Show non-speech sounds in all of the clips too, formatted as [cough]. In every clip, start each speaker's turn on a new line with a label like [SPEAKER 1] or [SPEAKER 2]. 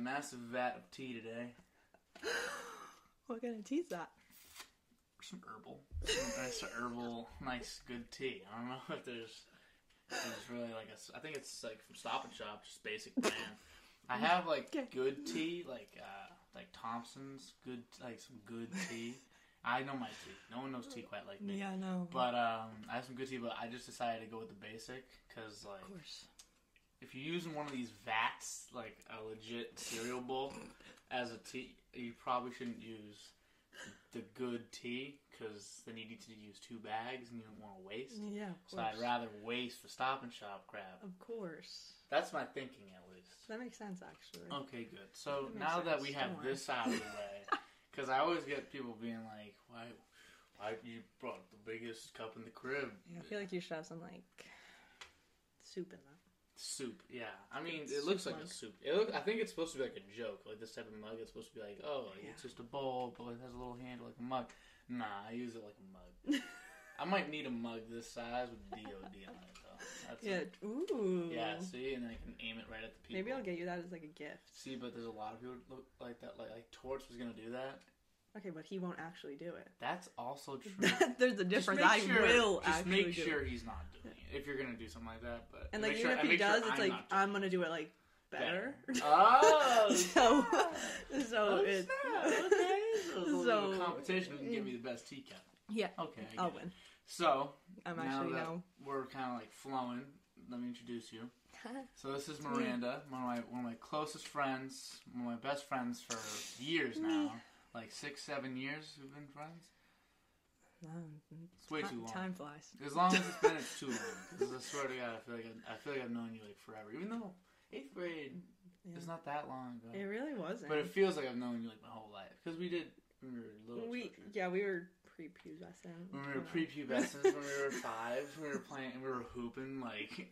[SPEAKER 1] massive vat of tea today.
[SPEAKER 2] What kind of tea is that?
[SPEAKER 1] Some herbal, some nice herbal, nice good tea. I don't know [laughs] if there's, if there's really like a. s- I think it's like from Stop and Shop, just basic brand. I have like
[SPEAKER 2] Okay.
[SPEAKER 1] good tea, like uh like Thompson's good, like some good tea. I know my tea. No one knows tea quite like me.
[SPEAKER 2] Yeah, no.
[SPEAKER 1] But um, I have some good tea, but I just decided to go with the basic because like
[SPEAKER 2] of course.
[SPEAKER 1] if you're using one of these vats, like a legit cereal bowl, as a tea, you probably shouldn't use the good tea because then you need to use two bags and you don't want to waste.
[SPEAKER 2] Yeah, of course.
[SPEAKER 1] So I'd rather waste the Stop and Shop crap.
[SPEAKER 2] Of course.
[SPEAKER 1] That's my thinking, at least.
[SPEAKER 2] That makes sense, actually.
[SPEAKER 1] Okay, good. So
[SPEAKER 2] That makes
[SPEAKER 1] Oh, now that we
[SPEAKER 2] sense. Don't
[SPEAKER 1] have
[SPEAKER 2] worry.
[SPEAKER 1] this out of the
[SPEAKER 2] [laughs]
[SPEAKER 1] way, because I always get people being like, "Why, why you brought the biggest cup in the crib?"
[SPEAKER 2] I feel like you should have some like soup in that.
[SPEAKER 1] Soup, yeah. I mean,
[SPEAKER 2] It's
[SPEAKER 1] it looks
[SPEAKER 2] soup
[SPEAKER 1] like a
[SPEAKER 2] mug.
[SPEAKER 1] soup. It look, I think it's supposed to be like a joke, like this type of mug. It's supposed to be like, oh, like,
[SPEAKER 2] Yeah.
[SPEAKER 1] it's just a bowl, but it has a little handle like a mug. Nah, I use it like a [laughs] mug. I might need a mug this size with DOD on it though. That's
[SPEAKER 2] Yeah.
[SPEAKER 1] it.
[SPEAKER 2] Ooh.
[SPEAKER 1] yeah. See, and then I can aim it right at the people.
[SPEAKER 2] Maybe I'll get you that as like a gift.
[SPEAKER 1] See, but there's a lot of people that look like that. Like, like Torts was gonna do that.
[SPEAKER 2] Okay, but he won't actually do it.
[SPEAKER 1] That's
[SPEAKER 2] [laughs]
[SPEAKER 1] also true.
[SPEAKER 2] There's a
[SPEAKER 1] Just
[SPEAKER 2] difference.
[SPEAKER 1] make
[SPEAKER 2] I
[SPEAKER 1] sure-
[SPEAKER 2] will
[SPEAKER 1] just
[SPEAKER 2] actually
[SPEAKER 1] make
[SPEAKER 2] do
[SPEAKER 1] sure
[SPEAKER 2] it.
[SPEAKER 1] he's not doing it if you're gonna do something like that. But
[SPEAKER 2] And
[SPEAKER 1] make
[SPEAKER 2] like
[SPEAKER 1] sure-
[SPEAKER 2] even if
[SPEAKER 1] and
[SPEAKER 2] he
[SPEAKER 1] make sure
[SPEAKER 2] does, it's
[SPEAKER 1] I'm
[SPEAKER 2] like
[SPEAKER 1] not doing
[SPEAKER 2] I'm gonna do it like better.
[SPEAKER 1] it. Oh,
[SPEAKER 2] [laughs] so
[SPEAKER 1] yeah.
[SPEAKER 2] [laughs]
[SPEAKER 1] Oh,
[SPEAKER 2] so Oh, it's [laughs]
[SPEAKER 1] So, it's a little
[SPEAKER 2] So-
[SPEAKER 1] competition who can give me the best tea cup.
[SPEAKER 2] yeah.
[SPEAKER 1] Okay, I get
[SPEAKER 2] I'll
[SPEAKER 1] it.
[SPEAKER 2] win.
[SPEAKER 1] So
[SPEAKER 2] I'm
[SPEAKER 1] now
[SPEAKER 2] actually
[SPEAKER 1] that
[SPEAKER 2] [laughs] no.
[SPEAKER 1] we're kind of like flowing. Let me introduce you. So this is Miranda, one of my one of my closest friends, one of my best friends for years now, like six, seven years. We've been friends.
[SPEAKER 2] No,
[SPEAKER 1] It's way
[SPEAKER 2] ti-
[SPEAKER 1] too long.
[SPEAKER 2] Time flies.
[SPEAKER 1] As long as it's been, it's too long. Because I swear to God, I feel like I, I feel like I've known you like forever. Even though eighth grade
[SPEAKER 2] Yeah.
[SPEAKER 1] is not that long ago,
[SPEAKER 2] It really wasn't.
[SPEAKER 1] but it feels like I've known you like my whole life. Because we did when we were little.
[SPEAKER 2] we
[SPEAKER 1] children.
[SPEAKER 2] yeah we were prepubescent.
[SPEAKER 1] When we were
[SPEAKER 2] Hold on.
[SPEAKER 1] prepubescent, when we
[SPEAKER 2] [laughs]
[SPEAKER 1] were five, we were playing and we were hooping like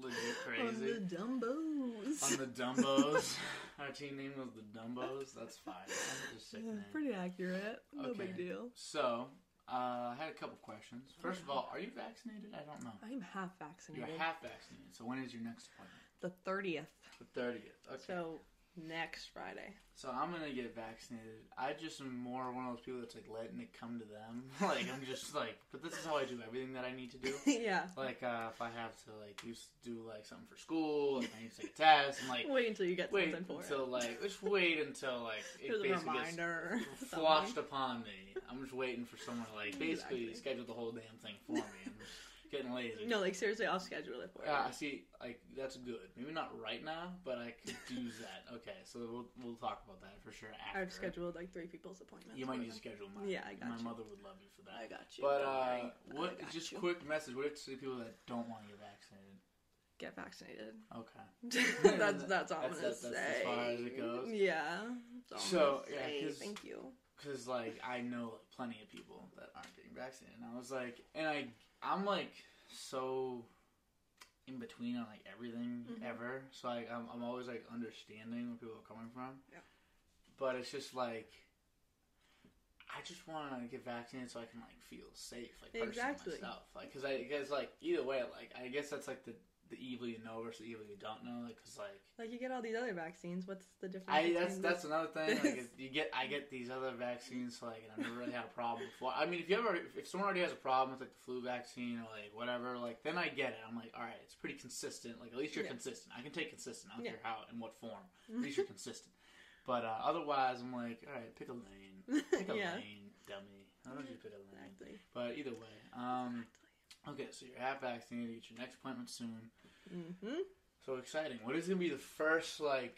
[SPEAKER 1] legit
[SPEAKER 2] On the
[SPEAKER 1] crazy
[SPEAKER 2] Dumbos. [laughs]
[SPEAKER 1] on the Dumbos. [laughs] Our team name was the Dumbos. That's fine. That's a sick
[SPEAKER 2] Yeah,
[SPEAKER 1] name.
[SPEAKER 2] pretty accurate. No
[SPEAKER 1] Okay.
[SPEAKER 2] big deal.
[SPEAKER 1] So, uh, I had a couple questions. First of all, are you vaccinated? I don't know.
[SPEAKER 2] I'm half
[SPEAKER 1] You're
[SPEAKER 2] vaccinated.
[SPEAKER 1] half vaccinated. So when is your next appointment?
[SPEAKER 2] the 30th.
[SPEAKER 1] The thirtieth. Okay. So,
[SPEAKER 2] So next Friday.
[SPEAKER 1] I'm gonna get vaccinated. I just am more one of those people that's like letting it come to them. [laughs] like I'm just like, but this is how I do everything that I need to do.
[SPEAKER 2] [laughs] yeah.
[SPEAKER 1] Like uh, if I have to like do do like something for school, like I need to take a test, and
[SPEAKER 2] [laughs]
[SPEAKER 1] like
[SPEAKER 2] Wait until you get
[SPEAKER 1] wait
[SPEAKER 2] something for
[SPEAKER 1] until
[SPEAKER 2] it.
[SPEAKER 1] like just wait until
[SPEAKER 2] [laughs]
[SPEAKER 1] like it
[SPEAKER 2] There's a
[SPEAKER 1] basically
[SPEAKER 2] reminder.
[SPEAKER 1] [laughs]
[SPEAKER 2] or [laughs]
[SPEAKER 1] gets
[SPEAKER 2] something.
[SPEAKER 1] flushed upon me. I'm just waiting for someone to like basically
[SPEAKER 2] Exactly.
[SPEAKER 1] schedule the whole damn thing for me. I'm just getting lazy.
[SPEAKER 2] No, like seriously, I'll schedule it for you.
[SPEAKER 1] Yeah, I see. Like that's good. Maybe not right now, but I
[SPEAKER 2] [laughs]
[SPEAKER 1] could do that. Okay, so we'll we'll talk about that for sure after.
[SPEAKER 2] I've scheduled like three people's appointments.
[SPEAKER 1] You might
[SPEAKER 2] for
[SPEAKER 1] need to
[SPEAKER 2] them.
[SPEAKER 1] schedule mine.
[SPEAKER 2] Yeah, I got
[SPEAKER 1] My
[SPEAKER 2] you.
[SPEAKER 1] mother would love you for that.
[SPEAKER 2] I got you.
[SPEAKER 1] but
[SPEAKER 2] Don't
[SPEAKER 1] uh,
[SPEAKER 2] worry. I
[SPEAKER 1] what?
[SPEAKER 2] got
[SPEAKER 1] Just
[SPEAKER 2] you.
[SPEAKER 1] quick message. What if to the people that don't want to get vaccinated?
[SPEAKER 2] Get vaccinated. [laughs]
[SPEAKER 1] Okay.
[SPEAKER 2] that's that's all
[SPEAKER 1] That's-
[SPEAKER 2] I'm gonna
[SPEAKER 1] that's-
[SPEAKER 2] say.
[SPEAKER 1] that's as far as it goes.
[SPEAKER 2] Yeah. That's all I'm
[SPEAKER 1] So,
[SPEAKER 2] gonna
[SPEAKER 1] yeah,
[SPEAKER 2] say.
[SPEAKER 1] 'cause-
[SPEAKER 2] thank you.
[SPEAKER 1] because like I know like, plenty of people that aren't getting vaccinated, and I was like, and I I'm like so in between on like everything
[SPEAKER 2] Mm-hmm.
[SPEAKER 1] ever, so like I'm I'm always like understanding where people are coming from,
[SPEAKER 2] Yeah.
[SPEAKER 1] but it's just like. I just want to get vaccinated so I can like feel safe, like personally
[SPEAKER 2] Exactly.
[SPEAKER 1] myself, like because I because like either way, like I guess that's like the the evil you know versus the evil you don't know, like because like
[SPEAKER 2] Like you get all these other vaccines. What's the difference?
[SPEAKER 1] I that's
[SPEAKER 2] between
[SPEAKER 1] that's
[SPEAKER 2] this?
[SPEAKER 1] another thing. Like,
[SPEAKER 2] [laughs] This-
[SPEAKER 1] if you get I get these other vaccines, so, like, and I've never really had a problem before. I mean, if you ever if if someone already has a problem with like the flu vaccine or like whatever, like then I get it. I'm like, all right, it's pretty consistent. Like at least you're
[SPEAKER 2] Yeah.
[SPEAKER 1] consistent. I can take consistent. I don't
[SPEAKER 2] Yeah.
[SPEAKER 1] care how in what form.
[SPEAKER 2] [laughs]
[SPEAKER 1] At least you're consistent. But uh, otherwise, I'm like, all right, pick a lane, pick a
[SPEAKER 2] [laughs] Yeah.
[SPEAKER 1] lane, dummy. I don't know if you pick a lane,
[SPEAKER 2] exactly.
[SPEAKER 1] but either way, um, okay. So you're half vaccinated. You get your next appointment soon.
[SPEAKER 2] Mm-hmm.
[SPEAKER 1] So exciting. What is going to be the first, like,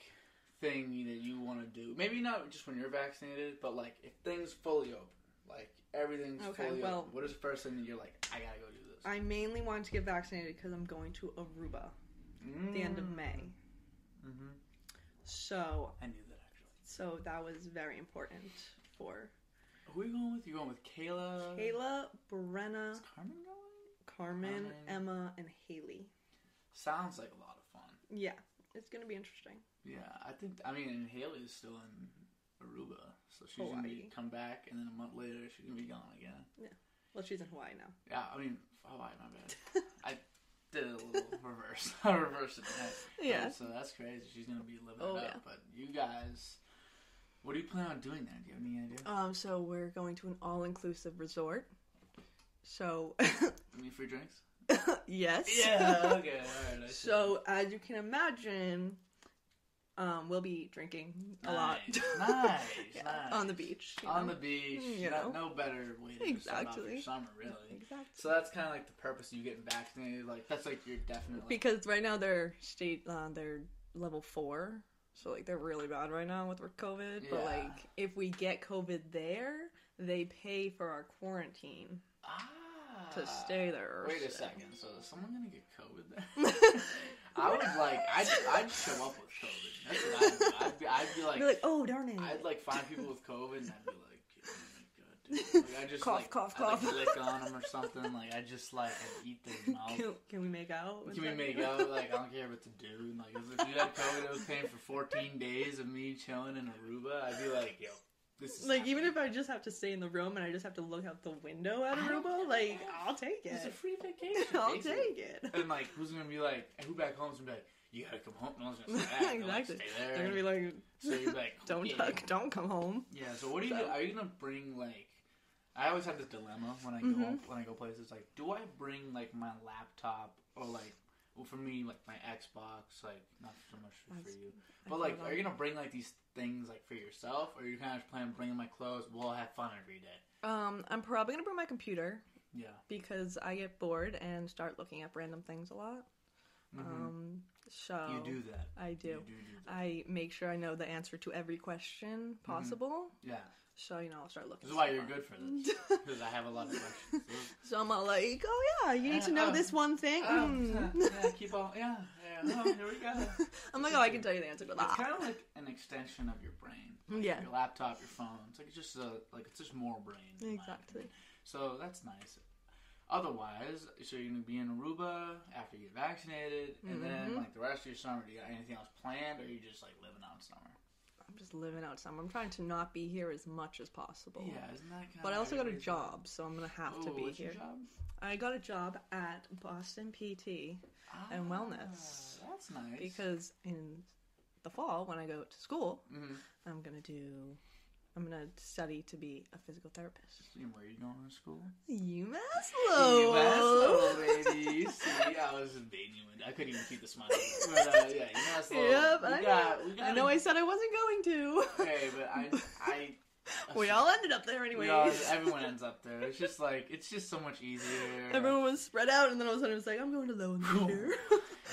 [SPEAKER 1] thing that you want to do? Maybe not just when you're vaccinated, but, like, if things fully open, like, everything's
[SPEAKER 2] Okay,
[SPEAKER 1] fully
[SPEAKER 2] well-
[SPEAKER 1] open, what is the first thing that you're like, I got to go do this?
[SPEAKER 2] I mainly want to get vaccinated because I'm going to Aruba at the end of May.
[SPEAKER 1] Mm. Mm-hmm.
[SPEAKER 2] So
[SPEAKER 1] I knew that, actually.
[SPEAKER 2] so that was very important for
[SPEAKER 1] Who are you going with? You're going with Kayla?
[SPEAKER 2] Kayla,
[SPEAKER 1] Is
[SPEAKER 2] Brenna,
[SPEAKER 1] Carmen going?
[SPEAKER 2] Carmen,
[SPEAKER 1] Carmen.
[SPEAKER 2] Emma, and Haley.
[SPEAKER 1] Sounds like a lot of fun.
[SPEAKER 2] Yeah, it's gonna be interesting.
[SPEAKER 1] Yeah, I think, I mean, and Haley's still in Aruba, so she's going to
[SPEAKER 2] Hawaii.
[SPEAKER 1] come back, and then a month later, she's going to be gone again.
[SPEAKER 2] Well, she's in Hawaii now.
[SPEAKER 1] Yeah, I mean, Hawaii, my bad. I did a little reverse. [laughs] I reversed it. Tonight.
[SPEAKER 2] [laughs] Yeah.
[SPEAKER 1] So that's crazy. She's gonna be living
[SPEAKER 2] Oh,
[SPEAKER 1] it up.
[SPEAKER 2] yeah.
[SPEAKER 1] But you guys, what do you plan on doing there? Do you have any idea?
[SPEAKER 2] Um, so we're going to an all-inclusive resort. So, [laughs] Oh.
[SPEAKER 1] Any free drinks?
[SPEAKER 2] yes.
[SPEAKER 1] Yeah. Okay. All right. I see.
[SPEAKER 2] [laughs] So as you can imagine, um, we'll be drinking a lot.
[SPEAKER 1] Nice,
[SPEAKER 2] [laughs]
[SPEAKER 1] nice,
[SPEAKER 2] Yeah,
[SPEAKER 1] nice.
[SPEAKER 2] on the beach. you
[SPEAKER 1] on
[SPEAKER 2] know?
[SPEAKER 1] the beach,
[SPEAKER 2] You
[SPEAKER 1] not-
[SPEAKER 2] know.
[SPEAKER 1] no better way to exactly. start off your
[SPEAKER 2] Exactly.
[SPEAKER 1] summer, really.
[SPEAKER 2] Exactly.
[SPEAKER 1] So that's kind of like the purpose of you getting vaccinated. Like that's like your definite. Like,
[SPEAKER 2] Because right now they're state, uh, they're level four, so like they're really bad right now with COVID. But
[SPEAKER 1] Yeah.
[SPEAKER 2] like, if we get COVID there, they pay for our quarantine
[SPEAKER 1] ah,
[SPEAKER 2] to stay there. or
[SPEAKER 1] Wait a
[SPEAKER 2] shit. [laughs]
[SPEAKER 1] second. So is someone gonna get COVID there? I would like. I'd, I'd show up with COVID. That's what I'd, do. I'd, be, I'd be like.
[SPEAKER 2] Be like, oh darn it!
[SPEAKER 1] I'd like find people with COVID and I'd be like, oh my god, dude. Like, I just
[SPEAKER 2] Cough,
[SPEAKER 1] like,
[SPEAKER 2] cough,
[SPEAKER 1] I'd, like,
[SPEAKER 2] cough.
[SPEAKER 1] lick on them or something. Like I just like I'd eat
[SPEAKER 2] [laughs]
[SPEAKER 1] their mouth.
[SPEAKER 2] can, can we make out? with
[SPEAKER 1] Can we
[SPEAKER 2] that?
[SPEAKER 1] make out? Like, I don't care about the dude. Like, if the dude had COVID and was paying for 14 days of me chilling in Aruba, I'd be like, yo, this is.
[SPEAKER 2] [laughs] Like even if I just have to stay in the room and I just have to look out the window at
[SPEAKER 1] I don't
[SPEAKER 2] Aruba,
[SPEAKER 1] give a
[SPEAKER 2] like
[SPEAKER 1] F.
[SPEAKER 2] I'll take
[SPEAKER 1] It's a
[SPEAKER 2] it.
[SPEAKER 1] free vacation.
[SPEAKER 2] [laughs] I'll
[SPEAKER 1] basically.
[SPEAKER 2] take it.
[SPEAKER 1] And, like, who's gonna be like, and who back home's gonna be like, you gotta come home. No one's
[SPEAKER 2] [laughs]
[SPEAKER 1] gonna say that. They'll, like,
[SPEAKER 2] Exactly.
[SPEAKER 1] stay
[SPEAKER 2] [laughs] They're
[SPEAKER 1] there.
[SPEAKER 2] gonna be like,
[SPEAKER 1] [laughs] so you're like,
[SPEAKER 2] [laughs] don't
[SPEAKER 1] yeah.
[SPEAKER 2] tuck, don't come home.
[SPEAKER 1] Yeah, so what are you,
[SPEAKER 2] So-
[SPEAKER 1] are you gonna bring, like, I always have this dilemma when I go
[SPEAKER 2] Mhm.
[SPEAKER 1] when I go places. Like, do I bring like my laptop or like, well, for me like my Xbox? Like, not so much for, for
[SPEAKER 2] That's-
[SPEAKER 1] you,
[SPEAKER 2] I
[SPEAKER 1] but like,
[SPEAKER 2] feel
[SPEAKER 1] are you gonna bring like these things like for yourself, or are you kind of just planning on bringing my clothes? We'll have fun every day.
[SPEAKER 2] Um, I'm probably gonna bring my computer
[SPEAKER 1] Yeah.
[SPEAKER 2] because I get bored and start looking up random things a lot.
[SPEAKER 1] Mhm.
[SPEAKER 2] Um, so
[SPEAKER 1] you do that.
[SPEAKER 2] I do.
[SPEAKER 1] You do, do that.
[SPEAKER 2] I make sure I know the answer to every question possible.
[SPEAKER 1] yeah,
[SPEAKER 2] So you know, I'll start looking.
[SPEAKER 1] Mm-hmm. this is why
[SPEAKER 2] stuff
[SPEAKER 1] you're
[SPEAKER 2] up.
[SPEAKER 1] good for
[SPEAKER 2] [laughs]
[SPEAKER 1] this because I have a lot of questions.
[SPEAKER 2] so I'm all like, oh yeah, you need to know
[SPEAKER 1] Uh,
[SPEAKER 2] this one thing. [laughs]
[SPEAKER 1] Um,
[SPEAKER 2] Mm.
[SPEAKER 1] yeah, keep on. Yeah, yeah. Oh, here we go.
[SPEAKER 2] I'm like, oh, I can tell you the answer to
[SPEAKER 1] It's
[SPEAKER 2] that.
[SPEAKER 1] kind of like an extension of your brain.
[SPEAKER 2] Yeah.
[SPEAKER 1] Your laptop, your phone. It's like it's just a like it's just more brain. in my
[SPEAKER 2] Exactly.
[SPEAKER 1] opinion. So that's nice. Otherwise, so you're gonna be in Aruba after you get vaccinated, and then
[SPEAKER 2] Mhm.
[SPEAKER 1] like the rest of your summer, do you got anything else planned, or you just like living out summer?
[SPEAKER 2] I'm just living out some. I'm trying to not be here as much as possible.
[SPEAKER 1] Yeah, isn't that kind
[SPEAKER 2] But I also got a job, so I'm gonna have to be here.
[SPEAKER 1] Job?
[SPEAKER 2] I got a job at Boston PT And wellness.
[SPEAKER 1] Ah, That's nice.
[SPEAKER 2] because in the fall when I go to school,
[SPEAKER 1] Mhm.
[SPEAKER 2] I'm gonna do I'm gonna study to be a physical therapist.
[SPEAKER 1] See where you going to school?
[SPEAKER 2] UMass
[SPEAKER 1] You
[SPEAKER 2] Lowell.
[SPEAKER 1] asshole, Oh, baby. You See,
[SPEAKER 2] [laughs]
[SPEAKER 1] I was just baiting you. in. I couldn't even keep the smile. But uh, yeah, you asshole.
[SPEAKER 2] Yep,
[SPEAKER 1] we
[SPEAKER 2] I
[SPEAKER 1] got,
[SPEAKER 2] know.
[SPEAKER 1] we got
[SPEAKER 2] I know I said I wasn't going to.
[SPEAKER 1] [laughs] Okay, but I, I.
[SPEAKER 2] [laughs] we all ended up
[SPEAKER 1] [laughs]
[SPEAKER 2] there
[SPEAKER 1] We
[SPEAKER 2] anyways. [laughs]
[SPEAKER 1] all- everyone ends up there. It's just like it's just so much easier.
[SPEAKER 2] Everyone was spread out, and then all of a sudden it was like, I'm going to Lowell this
[SPEAKER 1] Cool.
[SPEAKER 2] [laughs] year.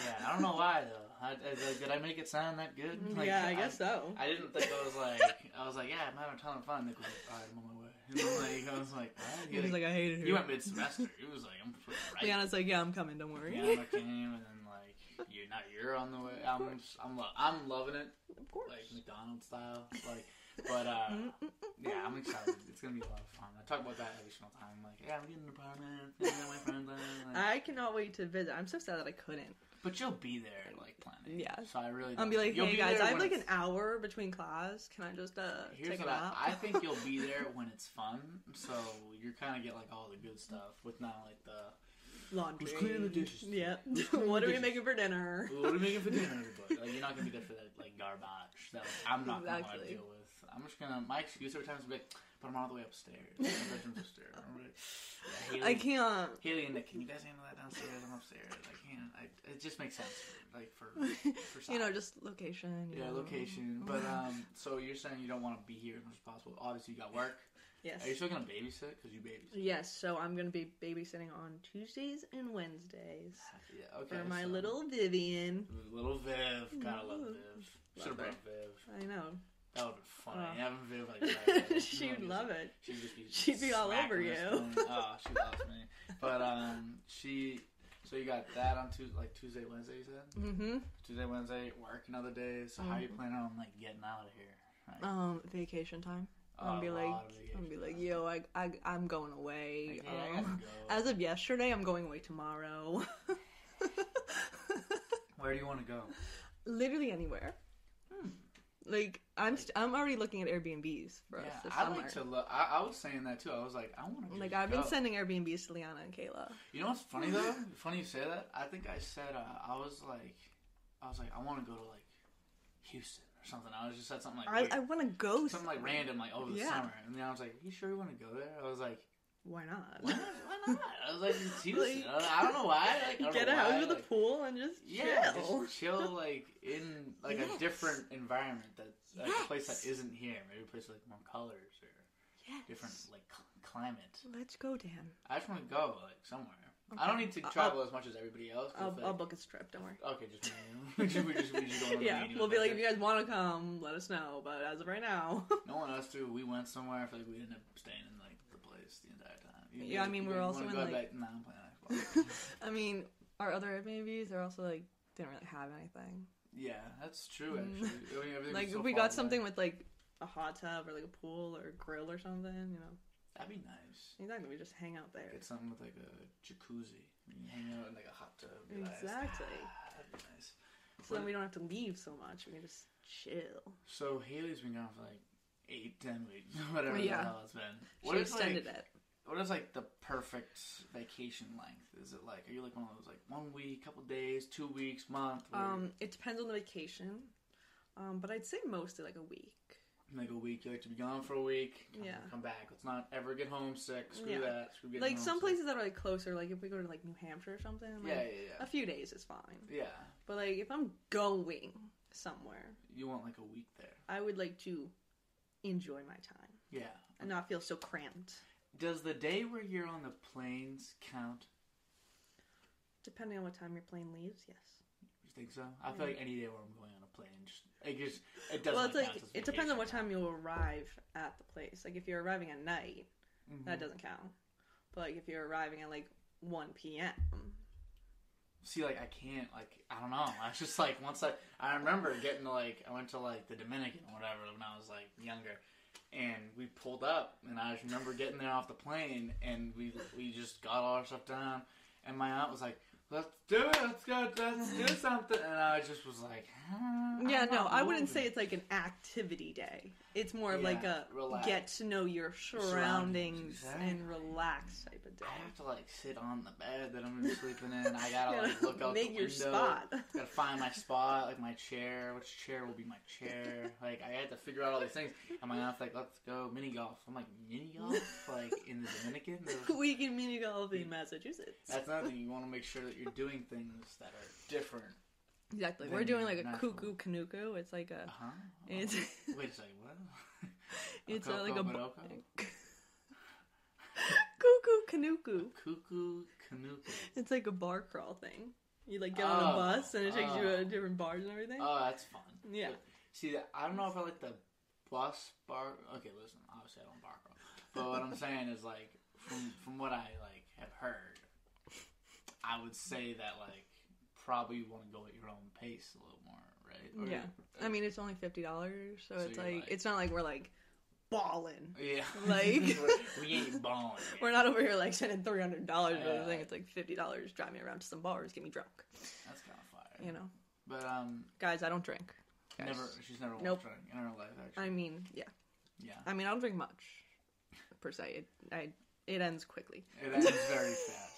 [SPEAKER 1] Yeah, I don't know why though. I, I, like, did I make it sound that good? [laughs] Like,
[SPEAKER 2] Mm, yeah, I guess so.
[SPEAKER 1] I didn't think I was like I was like yeah I'm having a ton of fun. They were like all right I'm on my way. [laughs] And then, like I was like what?
[SPEAKER 2] He was like, I hated her.
[SPEAKER 1] you went mid
[SPEAKER 2] [laughs]
[SPEAKER 1] semester. He was like I'm pretty right.
[SPEAKER 2] Liana's like, yeah, I'm coming, don't worry.
[SPEAKER 1] Yeah, I came and then like you now you're on the way. I'm I'm lo- I'm loving it
[SPEAKER 2] [laughs] Of course.
[SPEAKER 1] like McDonald's style like. But uh,
[SPEAKER 2] Hmm?
[SPEAKER 1] yeah, I'm excited. It's gonna be a lot of fun. I talk about that every single time. Like yeah, I'm getting an apartment. Yeah, my friends. uh, Like,
[SPEAKER 2] I cannot wait to visit. I'm so sad that I couldn't.
[SPEAKER 1] But you'll be there, like planning.
[SPEAKER 2] Yeah.
[SPEAKER 1] So I really.
[SPEAKER 2] I'm be like,
[SPEAKER 1] you'll
[SPEAKER 2] hey guys,
[SPEAKER 1] there
[SPEAKER 2] I have
[SPEAKER 1] when
[SPEAKER 2] like an
[SPEAKER 1] it's-
[SPEAKER 2] hour between class. Can I just uh
[SPEAKER 1] Here's
[SPEAKER 2] take a
[SPEAKER 1] what I,
[SPEAKER 2] nap?
[SPEAKER 1] I think you'll
[SPEAKER 2] [laughs]
[SPEAKER 1] be there when it's fun, so you kind of get like all the good stuff with not like the
[SPEAKER 2] laundry.
[SPEAKER 1] Who's cleaning the dishes today?
[SPEAKER 2] [laughs] Yep.
[SPEAKER 1] Who's cleaning
[SPEAKER 2] what
[SPEAKER 1] the
[SPEAKER 2] are we
[SPEAKER 1] dishes?
[SPEAKER 2] making for dinner?
[SPEAKER 1] "Ooh, what are we making for dinner, everybody. Like you're not gonna be there for that like garbage that like, I'm not gonna want to
[SPEAKER 2] Exactly.
[SPEAKER 1] deal with. I'm just gonna my excuse every time is be like, but I'm all the way upstairs. My bedroom's upstairs. I'm like, yeah, Haley,
[SPEAKER 2] [laughs] I can't.
[SPEAKER 1] Haley and Nick, can you guys handle that downstairs? I'm upstairs. I can't. I, it just makes sense, for, like
[SPEAKER 2] [laughs]
[SPEAKER 1] for for
[SPEAKER 2] you know,
[SPEAKER 1] size.
[SPEAKER 2] just location. you
[SPEAKER 1] Yeah,
[SPEAKER 2] know.
[SPEAKER 1] location. But um, so you're saying you don't want to be here as much as possible. Obviously, you got work.
[SPEAKER 2] Yes.
[SPEAKER 1] Are you still gonna babysit? Cause you babysit.
[SPEAKER 2] Yes. So I'm gonna be babysitting on Tuesdays and Wednesdays
[SPEAKER 1] Yeah. Okay.
[SPEAKER 2] for my
[SPEAKER 1] so-
[SPEAKER 2] little Vivian.
[SPEAKER 1] little Viv. Gotta love
[SPEAKER 2] Ooh.
[SPEAKER 1] Viv.
[SPEAKER 2] Love
[SPEAKER 1] Should have brought
[SPEAKER 2] her.
[SPEAKER 1] Viv.
[SPEAKER 2] I know.
[SPEAKER 1] That would have been funny.
[SPEAKER 2] Oh.
[SPEAKER 1] Having Viv like
[SPEAKER 2] [laughs]
[SPEAKER 1] right there.
[SPEAKER 2] she would love it.
[SPEAKER 1] She'd just be.
[SPEAKER 2] She'd be all
[SPEAKER 1] smacking
[SPEAKER 2] over
[SPEAKER 1] this
[SPEAKER 2] you. [laughs]
[SPEAKER 1] thing. Oh, she loves me. But um, she. So you got that on Tuesday, like Tuesday, Wednesday. You said
[SPEAKER 2] Mm-hmm.
[SPEAKER 1] Tuesday, Wednesday, work another day. So how are you planning on like getting out of here? Like,
[SPEAKER 2] Um, vacation time. I'm
[SPEAKER 1] a
[SPEAKER 2] gonna be like,
[SPEAKER 1] lot of
[SPEAKER 2] I'm gonna be
[SPEAKER 1] vacation
[SPEAKER 2] like,
[SPEAKER 1] time.
[SPEAKER 2] yo, I, I, I'm going away.
[SPEAKER 1] Like, yeah, I
[SPEAKER 2] [laughs]
[SPEAKER 1] gotta
[SPEAKER 2] um,
[SPEAKER 1] go.
[SPEAKER 2] as of yesterday, I'm going away tomorrow. [laughs]
[SPEAKER 1] Where do you want to go? Hmm.
[SPEAKER 2] Literally anywhere. Like I'm, st- I'm already looking at Airbnbs for us
[SPEAKER 1] Yeah,
[SPEAKER 2] this
[SPEAKER 1] I
[SPEAKER 2] summer. Oh
[SPEAKER 1] like to look. I, I was saying that too. I was like, I want to.
[SPEAKER 2] like I've been sending Airbnbs to Liana and Kayla.
[SPEAKER 1] You know what's funny though?
[SPEAKER 2] [laughs]
[SPEAKER 1] funny you say that. I think I said uh, I was like, I was like, I want to go to like Houston or something. I was just said something like weird.
[SPEAKER 2] I, I want to go.
[SPEAKER 1] something like random, like over the
[SPEAKER 2] Yeah.
[SPEAKER 1] summer. And then I was like, you sure you want to go there? I was like,
[SPEAKER 2] Why not?
[SPEAKER 1] why,
[SPEAKER 2] [laughs]
[SPEAKER 1] why not? I was like, it's Houston.
[SPEAKER 2] Like-
[SPEAKER 1] I was- I don't know
[SPEAKER 2] [laughs]
[SPEAKER 1] why. Like, I don't
[SPEAKER 2] Get
[SPEAKER 1] know
[SPEAKER 2] a house
[SPEAKER 1] why,
[SPEAKER 2] with a
[SPEAKER 1] like-
[SPEAKER 2] pool and just
[SPEAKER 1] Yeah,
[SPEAKER 2] chill.
[SPEAKER 1] just chill like in like
[SPEAKER 2] Yes.
[SPEAKER 1] a different environment that's like a place
[SPEAKER 2] Yes.
[SPEAKER 1] that isn't here. Maybe a place with, like more colors or
[SPEAKER 2] yes.
[SPEAKER 1] different like cl- climate.
[SPEAKER 2] Let's go, Dan.
[SPEAKER 1] I just want to go like somewhere. I don't
[SPEAKER 2] Okay.
[SPEAKER 1] need to
[SPEAKER 2] I'll-
[SPEAKER 1] travel as much as everybody else. 'cause,
[SPEAKER 2] I'll,
[SPEAKER 1] like,
[SPEAKER 2] I'll book a trip. Don't worry.
[SPEAKER 1] Okay, just [laughs] we just, we just, we just go on a
[SPEAKER 2] [laughs] yeah,
[SPEAKER 1] meeting
[SPEAKER 2] we'll
[SPEAKER 1] with
[SPEAKER 2] be
[SPEAKER 1] that
[SPEAKER 2] like, if
[SPEAKER 1] shit.
[SPEAKER 2] you guys want to come, let us know. But as of right now, [laughs]
[SPEAKER 1] no one else too. We went somewhere. I feel like we ended up staying in like the place the entire time. You-
[SPEAKER 2] Yeah, I
[SPEAKER 1] you-
[SPEAKER 2] mean,
[SPEAKER 1] you
[SPEAKER 2] we were
[SPEAKER 1] guys
[SPEAKER 2] also
[SPEAKER 1] wanna
[SPEAKER 2] in,
[SPEAKER 1] go
[SPEAKER 2] like-
[SPEAKER 1] back- Nah, I'm playing
[SPEAKER 2] [laughs]
[SPEAKER 1] Xbox.
[SPEAKER 2] I mean, our other Airbnbs are also like didn't really have anything.
[SPEAKER 1] yeah, that's true.
[SPEAKER 2] Mm.
[SPEAKER 1] Actually, I mean, everything
[SPEAKER 2] like
[SPEAKER 1] was so
[SPEAKER 2] we
[SPEAKER 1] far
[SPEAKER 2] got
[SPEAKER 1] away.
[SPEAKER 2] something with like a hot tub or like a pool or a grill or something. You know,
[SPEAKER 1] That'd be nice.
[SPEAKER 2] exactly. We just hang out there.
[SPEAKER 1] Get something with like a jacuzzi. and You hang out in like a hot tub. relax.
[SPEAKER 2] Exactly.
[SPEAKER 1] Ah, that'd be nice.
[SPEAKER 2] So then we don't have to leave so much. We can just chill.
[SPEAKER 1] So Haley's been gone for like eight, ten weeks, [laughs] whatever
[SPEAKER 2] Yeah.
[SPEAKER 1] the hell it's been.
[SPEAKER 2] she
[SPEAKER 1] is, like,
[SPEAKER 2] extended it.
[SPEAKER 1] What is like the perfect vacation length? Is it like are you like one of those like one week, couple days, two weeks, month, or
[SPEAKER 2] Um, it depends on the vacation, um, but I'd say mostly like a week.
[SPEAKER 1] like a week? You like to be gone for a week, come,
[SPEAKER 2] Yeah.
[SPEAKER 1] come back. Let's not ever get homesick. Screw
[SPEAKER 2] Yeah.
[SPEAKER 1] that. Screw getting
[SPEAKER 2] Like some
[SPEAKER 1] homesick.
[SPEAKER 2] places that are like closer, like if we go to like New Hampshire or something, like
[SPEAKER 1] Yeah, yeah,
[SPEAKER 2] a few days is fine.
[SPEAKER 1] yeah. Yeah,
[SPEAKER 2] But like if I'm going somewhere,
[SPEAKER 1] you want like a week there.
[SPEAKER 2] I would like to enjoy my time
[SPEAKER 1] Yeah.
[SPEAKER 2] and not feel so cramped.
[SPEAKER 1] Does the day where you're on the planes count?
[SPEAKER 2] Depending on what time your plane leaves, yes.
[SPEAKER 1] You think so? I feel like any day where I'm going on a plane, just it just it doesn't.
[SPEAKER 2] Mm. well, it's
[SPEAKER 1] count
[SPEAKER 2] like
[SPEAKER 1] as
[SPEAKER 2] it depends on what
[SPEAKER 1] vacation.
[SPEAKER 2] time you arrive at the place. Like if you're arriving at night,
[SPEAKER 1] Mhm.
[SPEAKER 2] that doesn't count. But like if you're arriving at like 1 p.m.,
[SPEAKER 1] See, like I can't, like I don't know. I was just like once I, I remember getting to like I went to like the Dominican or whatever when I was like younger, and we pulled up, and I just remember getting there off the plane, and we we just got all our stuff down, and my aunt was like, "Let's do it, let's go, let's do something," and I just was like, "Huh, I'm
[SPEAKER 2] yeah, no,
[SPEAKER 1] not
[SPEAKER 2] I wouldn't
[SPEAKER 1] moving."
[SPEAKER 2] say it's like an activity day. It's more of
[SPEAKER 1] Yeah,
[SPEAKER 2] like a
[SPEAKER 1] relax.
[SPEAKER 2] get to know your surroundings,
[SPEAKER 1] Surroundings,
[SPEAKER 2] and relax type of day.
[SPEAKER 1] I have to like sit on the bed that I'm gonna be sleeping in.
[SPEAKER 2] [laughs]
[SPEAKER 1] I gotta like
[SPEAKER 2] You know,
[SPEAKER 1] look out
[SPEAKER 2] make
[SPEAKER 1] the
[SPEAKER 2] your
[SPEAKER 1] window.
[SPEAKER 2] spot. [laughs]
[SPEAKER 1] gotta find my spot, like my chair. Which chair will be my chair? Like I had to figure out all these things. And my aunt's like, "Let's go mini golf." I'm like, "Mini golf? Like in the Dominican?" They're like,
[SPEAKER 2] we can mini golf in Massachusetts.
[SPEAKER 1] That's another thing. You want to make sure that you're doing things that are different.
[SPEAKER 2] Exactly.
[SPEAKER 1] Then
[SPEAKER 2] We're doing like a
[SPEAKER 1] natural.
[SPEAKER 2] cuckoo kanuku. It's like a
[SPEAKER 1] Uh huh.
[SPEAKER 2] it's [laughs]
[SPEAKER 1] Wait a second. What?
[SPEAKER 2] it's a, like a bo-
[SPEAKER 1] Okobodo-ko?
[SPEAKER 2] [laughs] cuckoo kanuku.
[SPEAKER 1] cuckoo canoe.
[SPEAKER 2] It's like a bar crawl thing. You like get on a
[SPEAKER 1] Oh,
[SPEAKER 2] bus and it takes you
[SPEAKER 1] oh.
[SPEAKER 2] to different bars and everything.
[SPEAKER 1] Oh, that's fun.
[SPEAKER 2] Yeah.
[SPEAKER 1] See, I don't know if I like the bus bar. Okay, listen. Obviously, I don't bar crawl. But what I'm saying is, like, from from what I like have heard, I would say that like probably you want to go at your own pace a little more, right? uh,
[SPEAKER 2] Yeah. I mean, it's only fifty dollars, so,
[SPEAKER 1] So
[SPEAKER 2] it's
[SPEAKER 1] you're
[SPEAKER 2] like,
[SPEAKER 1] like-
[SPEAKER 2] it's not like we're like
[SPEAKER 1] [laughs]
[SPEAKER 2] balling.
[SPEAKER 1] Yeah.
[SPEAKER 2] [laughs] Like-
[SPEAKER 1] [laughs] we
[SPEAKER 2] [laughs]
[SPEAKER 1] ain't balling.
[SPEAKER 2] We're not over here like spending three hundred dollars or
[SPEAKER 1] Yeah.
[SPEAKER 2] anything. It's like fifty dollars. Drive me around to some bars, get me drunk.
[SPEAKER 1] That's kind of fire.
[SPEAKER 2] You know,
[SPEAKER 1] But um,
[SPEAKER 2] guys, I don't drink. Guys.
[SPEAKER 1] never. She's never
[SPEAKER 2] Nope.
[SPEAKER 1] watched in her life. Actually,
[SPEAKER 2] I mean, yeah.
[SPEAKER 1] yeah.
[SPEAKER 2] I mean, I don't drink much, per se. It I, it ends quickly
[SPEAKER 1] It ends very
[SPEAKER 2] [laughs]
[SPEAKER 1] fast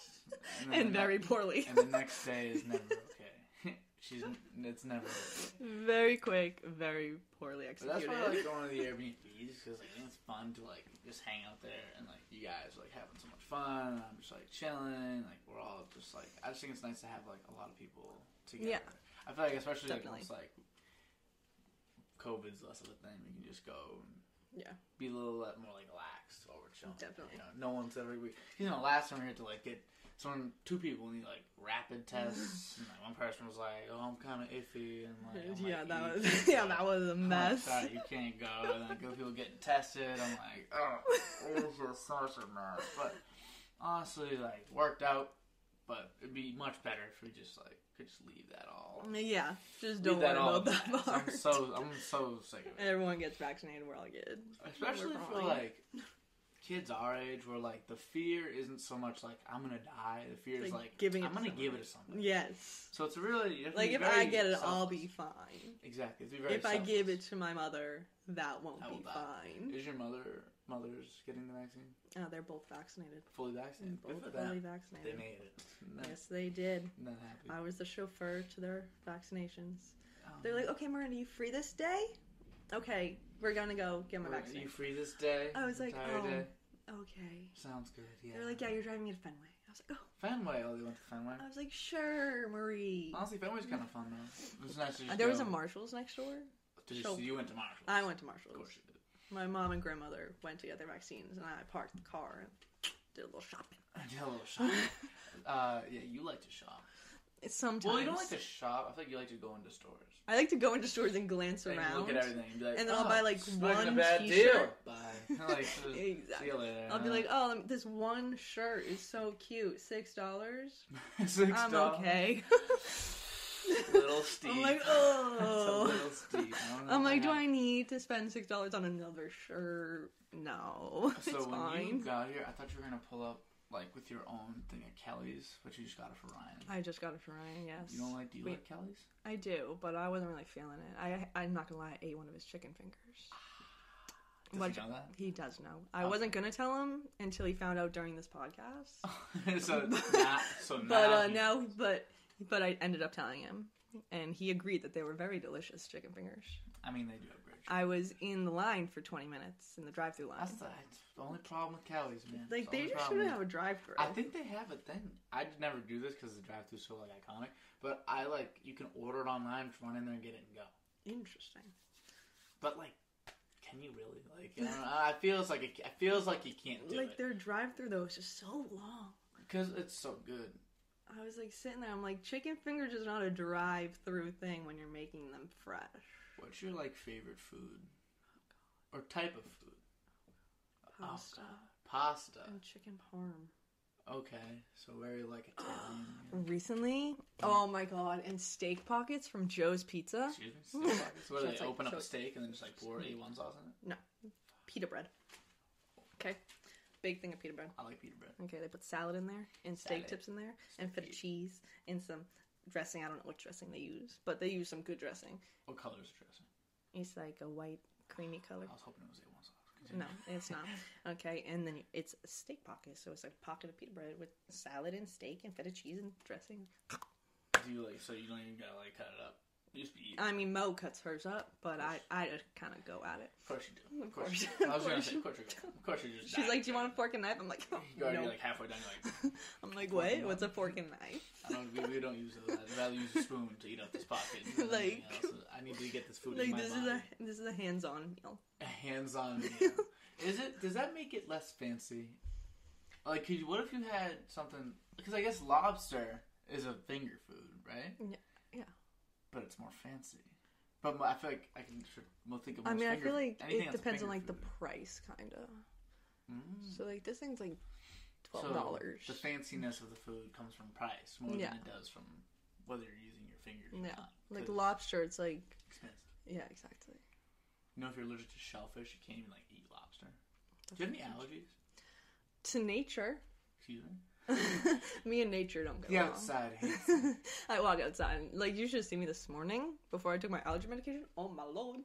[SPEAKER 1] and, then
[SPEAKER 2] and
[SPEAKER 1] the
[SPEAKER 2] very
[SPEAKER 1] ne-
[SPEAKER 2] poorly.
[SPEAKER 1] and the next day is never okay. [laughs] she's. It's never. Okay.
[SPEAKER 2] [laughs] very quick, very poorly
[SPEAKER 1] But that's
[SPEAKER 2] executed.
[SPEAKER 1] why I like going to the Airbnbs because like it's fun to like just hang out there and like you guys are like having so much fun. And I'm just like chilling. Like we're all just like I just think it's nice to have like a lot of people together.
[SPEAKER 2] Yeah.
[SPEAKER 1] I feel like especially like
[SPEAKER 2] Definitely.
[SPEAKER 1] once like COVID's less of a thing, we can just go. And
[SPEAKER 2] Yeah.
[SPEAKER 1] Be a little bit more like relaxed while we're chilling.
[SPEAKER 2] Definitely.
[SPEAKER 1] You know, no one's ever. We, you know, last time we had to like get. Someone, two people need like rapid
[SPEAKER 2] [laughs]
[SPEAKER 1] tests. and, like, one person was like, "Oh, I'm kind of iffy," and like, I'm, like,
[SPEAKER 2] yeah, that
[SPEAKER 1] "You
[SPEAKER 2] was
[SPEAKER 1] suck."
[SPEAKER 2] [laughs] yeah, that was a mess.
[SPEAKER 1] I'm sorry, you can't go. And then go people getting tested. I'm like, oh, this is such a mess. But honestly, like, worked out. But it'd be much better if we just like could just leave that all.
[SPEAKER 2] [laughs] yeah, Mm, just
[SPEAKER 1] leave
[SPEAKER 2] don't worry
[SPEAKER 1] that all
[SPEAKER 2] about
[SPEAKER 1] in the
[SPEAKER 2] that
[SPEAKER 1] past.
[SPEAKER 2] part.
[SPEAKER 1] I'm so I'm so sick of it.
[SPEAKER 2] Everyone gets vaccinated. We're all good.
[SPEAKER 1] Especially
[SPEAKER 2] We're
[SPEAKER 1] for
[SPEAKER 2] fine.
[SPEAKER 1] like kids our age where like the fear isn't so much like I'm gonna die. The fear is
[SPEAKER 2] Like,
[SPEAKER 1] like
[SPEAKER 2] giving it
[SPEAKER 1] I'm
[SPEAKER 2] to
[SPEAKER 1] gonna
[SPEAKER 2] someone.
[SPEAKER 1] give it to someone.
[SPEAKER 2] Yes.
[SPEAKER 1] So it's really you have to
[SPEAKER 2] Like
[SPEAKER 1] be
[SPEAKER 2] if
[SPEAKER 1] very
[SPEAKER 2] I get it, I'll
[SPEAKER 1] selfless.
[SPEAKER 2] be fine.
[SPEAKER 1] exactly. It's be very
[SPEAKER 2] if I give
[SPEAKER 1] selfless.
[SPEAKER 2] it to my mother, that won't
[SPEAKER 1] I will
[SPEAKER 2] be
[SPEAKER 1] die.
[SPEAKER 2] fine.
[SPEAKER 1] Is your mother mother's getting the vaccine?
[SPEAKER 2] Oh, they're both vaccinated.
[SPEAKER 1] Fully vaccinated. Good
[SPEAKER 2] Both
[SPEAKER 1] for
[SPEAKER 2] Mm, fully
[SPEAKER 1] them. They
[SPEAKER 2] vaccinated.
[SPEAKER 1] made it. Not,
[SPEAKER 2] Yes, they did.
[SPEAKER 1] not happy.
[SPEAKER 2] I was the chauffeur to their vaccinations.
[SPEAKER 1] Oh,
[SPEAKER 2] They're like, "Okay, Miranda, you free this day? Okay, we're gonna go get my
[SPEAKER 1] Were you
[SPEAKER 2] vaccine."
[SPEAKER 1] free this day?
[SPEAKER 2] I was like,
[SPEAKER 1] Entire
[SPEAKER 2] oh,
[SPEAKER 1] day?
[SPEAKER 2] Okay.
[SPEAKER 1] Sounds good. Yeah.
[SPEAKER 2] They're like, "Yeah, you're driving me to Fenway." I was like,
[SPEAKER 1] Fenway. Oh, they went to Fenway.
[SPEAKER 2] "Oh." I was like, "Sure, Marie."
[SPEAKER 1] Honestly, Fenway's kind of fun though. It was nice to
[SPEAKER 2] Uh,
[SPEAKER 1] just
[SPEAKER 2] There was
[SPEAKER 1] go-
[SPEAKER 2] a Marshalls next door.
[SPEAKER 1] Did you,
[SPEAKER 2] show-
[SPEAKER 1] so you went to Marshall.
[SPEAKER 2] I went to
[SPEAKER 1] Of
[SPEAKER 2] Marshalls.
[SPEAKER 1] course you did. [laughs]
[SPEAKER 2] My mom and grandmother went to get their vaccines, and I parked the car and did a
[SPEAKER 1] [laughs]
[SPEAKER 2] little shopping.
[SPEAKER 1] I did a little shop.
[SPEAKER 2] [laughs]
[SPEAKER 1] uh, yeah, you like to shop.
[SPEAKER 2] It's Sometimes.
[SPEAKER 1] Well, you don't like to shop. I feel like you like to go into stores.
[SPEAKER 2] I like to go into stores and glance
[SPEAKER 1] And
[SPEAKER 2] around.
[SPEAKER 1] look at
[SPEAKER 2] [laughs]
[SPEAKER 1] everything. And, be like,
[SPEAKER 2] And then I'll
[SPEAKER 1] "Oh,
[SPEAKER 2] buy, like,
[SPEAKER 1] this is fucking
[SPEAKER 2] one
[SPEAKER 1] a bad
[SPEAKER 2] t-shirt."
[SPEAKER 1] deal.
[SPEAKER 2] [laughs]
[SPEAKER 1] Bye. [laughs] like, just See
[SPEAKER 2] exactly.
[SPEAKER 1] you later.
[SPEAKER 2] I'll be like, oh, lem- this one shirt is so cute, six dollars.
[SPEAKER 1] [laughs] Six
[SPEAKER 2] I'm
[SPEAKER 1] dollars.
[SPEAKER 2] okay.
[SPEAKER 1] [laughs]
[SPEAKER 2] [laughs]
[SPEAKER 1] little Steve.
[SPEAKER 2] I'm
[SPEAKER 1] [laughs]
[SPEAKER 2] like,
[SPEAKER 1] It's a
[SPEAKER 2] oh.
[SPEAKER 1] little Steve. I don't know
[SPEAKER 2] [laughs] I'm
[SPEAKER 1] if I
[SPEAKER 2] like, do
[SPEAKER 1] have
[SPEAKER 2] I need to spend six dollars on another shirt? No, [laughs]
[SPEAKER 1] So
[SPEAKER 2] it's
[SPEAKER 1] when you
[SPEAKER 2] fine.
[SPEAKER 1] got here, I thought you were gonna pull up like with your own thing at Kelly's, but you just got it for Ryan.
[SPEAKER 2] I just got it from Ryan. Yes,
[SPEAKER 1] You don't like? Do you
[SPEAKER 2] Wait.
[SPEAKER 1] like Kelly's?
[SPEAKER 2] I do, but I wasn't really feeling it. I I'm not gonna lie, I ate one of his chicken fingers.
[SPEAKER 1] Does
[SPEAKER 2] But
[SPEAKER 1] he know that?
[SPEAKER 2] he does know. I
[SPEAKER 1] Oh.
[SPEAKER 2] wasn't gonna tell him until he found out during this podcast.
[SPEAKER 1] [laughs]
[SPEAKER 2] [laughs]
[SPEAKER 1] so not, so
[SPEAKER 2] But
[SPEAKER 1] now
[SPEAKER 2] uh,
[SPEAKER 1] he-
[SPEAKER 2] now, but but I ended up telling him, and he agreed that they were very delicious chicken fingers.
[SPEAKER 1] I mean, they do have great.
[SPEAKER 2] I was in the line for 20 minutes in the drive-through line.
[SPEAKER 1] That's the, that's the only problem with Kelly's, man.
[SPEAKER 2] like
[SPEAKER 1] It's the
[SPEAKER 2] they
[SPEAKER 1] only
[SPEAKER 2] just
[SPEAKER 1] problem.
[SPEAKER 2] shouldn't have a drive-through.
[SPEAKER 1] I think they have a thing. I would never do this because the drive-through is so like iconic. But I like you can order it online, just run in there and get it and go.
[SPEAKER 2] Interesting.
[SPEAKER 1] But like, can you really? Like, I, don't know, I feels like it, it feels like you can't do
[SPEAKER 2] like
[SPEAKER 1] it
[SPEAKER 2] their drive-through though is just so long.
[SPEAKER 1] because it's so good.
[SPEAKER 2] I was like sitting there. I'm like, chicken fingers is not a drive-through thing when you're making them fresh.
[SPEAKER 1] What's your like favorite food or type of food? Oh,
[SPEAKER 2] Pasta
[SPEAKER 1] God. Pasta.
[SPEAKER 2] and chicken parm.
[SPEAKER 1] Okay, so very like Italian.
[SPEAKER 2] [gasps] Recently, oh my god, and steak pockets from Joe's Pizza,
[SPEAKER 1] Excuse me. steak pockets. What do
[SPEAKER 2] So
[SPEAKER 1] they
[SPEAKER 2] it's like-
[SPEAKER 1] open
[SPEAKER 2] so
[SPEAKER 1] up a
[SPEAKER 2] it's-
[SPEAKER 1] steak and then just like pour A1 sauce in it?
[SPEAKER 2] pita bread. Okay, big thing of pita bread.
[SPEAKER 1] I like pita bread.
[SPEAKER 2] Okay, they put salad in there and steak
[SPEAKER 1] Salad.
[SPEAKER 2] tips in there and feta
[SPEAKER 1] cute.
[SPEAKER 2] cheese and some dressing. I don't know what dressing they use, but they use some good dressing.
[SPEAKER 1] What color is the dressing?
[SPEAKER 2] It's like a white creamy color.
[SPEAKER 1] I was hoping it was A1 sauce. Continue.
[SPEAKER 2] No, it's [laughs] not. Okay, and then it's a steak pocket, so it's like a pocket of pita bread with salad and steak and feta cheese and dressing.
[SPEAKER 1] Do you like so you don't even gotta like cut it up? You just be eating.
[SPEAKER 2] I mean, Mo cuts hers up, but I I kind of go at it.
[SPEAKER 1] Of course you do.
[SPEAKER 2] Of course.
[SPEAKER 1] you do. I was
[SPEAKER 2] Of
[SPEAKER 1] gonna
[SPEAKER 2] course
[SPEAKER 1] say,
[SPEAKER 2] you-
[SPEAKER 1] of course you
[SPEAKER 2] [laughs]
[SPEAKER 1] do. Of course you just.
[SPEAKER 2] She's
[SPEAKER 1] die.
[SPEAKER 2] like, "Do you want a fork and knife?" I'm like, oh,
[SPEAKER 1] You're already
[SPEAKER 2] "No."
[SPEAKER 1] like halfway done. You're like,
[SPEAKER 2] [laughs] I'm like,
[SPEAKER 1] fork and
[SPEAKER 2] "What? What's a
[SPEAKER 1] knife."
[SPEAKER 2] fork and knife?"
[SPEAKER 1] I don't. We, we don't use those. I'd rather use a spoon to eat up this pocket.
[SPEAKER 2] [laughs]
[SPEAKER 1] than anything
[SPEAKER 2] Like-
[SPEAKER 1] else. I need to get this food in
[SPEAKER 2] Like
[SPEAKER 1] my
[SPEAKER 2] this
[SPEAKER 1] body.
[SPEAKER 2] is a this is a hands-on meal.
[SPEAKER 1] A
[SPEAKER 2] [laughs]
[SPEAKER 1] hands-on meal. Is it? Does that make it less fancy? Like, could you, what if you had something? Because I guess lobster is a finger food, right?
[SPEAKER 2] Yeah, yeah.
[SPEAKER 1] But it's more fancy. But mo- I feel like I can should mo- think of.
[SPEAKER 2] I
[SPEAKER 1] most
[SPEAKER 2] mean, I
[SPEAKER 1] finger-
[SPEAKER 2] feel like
[SPEAKER 1] anything
[SPEAKER 2] it
[SPEAKER 1] that's
[SPEAKER 2] depends on
[SPEAKER 1] finger
[SPEAKER 2] like the
[SPEAKER 1] food.
[SPEAKER 2] price, kind of.
[SPEAKER 1] Mm.
[SPEAKER 2] So like this thing's like
[SPEAKER 1] So,
[SPEAKER 2] twelve dollars.
[SPEAKER 1] the fanciness of the food comes from price more
[SPEAKER 2] Yeah.
[SPEAKER 1] than it does from whether you're using your fingers or
[SPEAKER 2] Yeah.
[SPEAKER 1] not.
[SPEAKER 2] like
[SPEAKER 1] 'cause
[SPEAKER 2] lobster, it's like
[SPEAKER 1] it's expensive.
[SPEAKER 2] yeah, exactly.
[SPEAKER 1] You know, if you're allergic to shellfish, you can't even like eat lobster. Do you have any allergies?
[SPEAKER 2] To
[SPEAKER 1] [laughs]
[SPEAKER 2] nature, [laughs]
[SPEAKER 1] Excuse me.
[SPEAKER 2] me and nature don't go
[SPEAKER 1] The
[SPEAKER 2] along. [laughs]
[SPEAKER 1] outside. hates it. [laughs]
[SPEAKER 2] I walk outside. And, like you should have seen me this morning before I took my allergy medication. Oh my lord.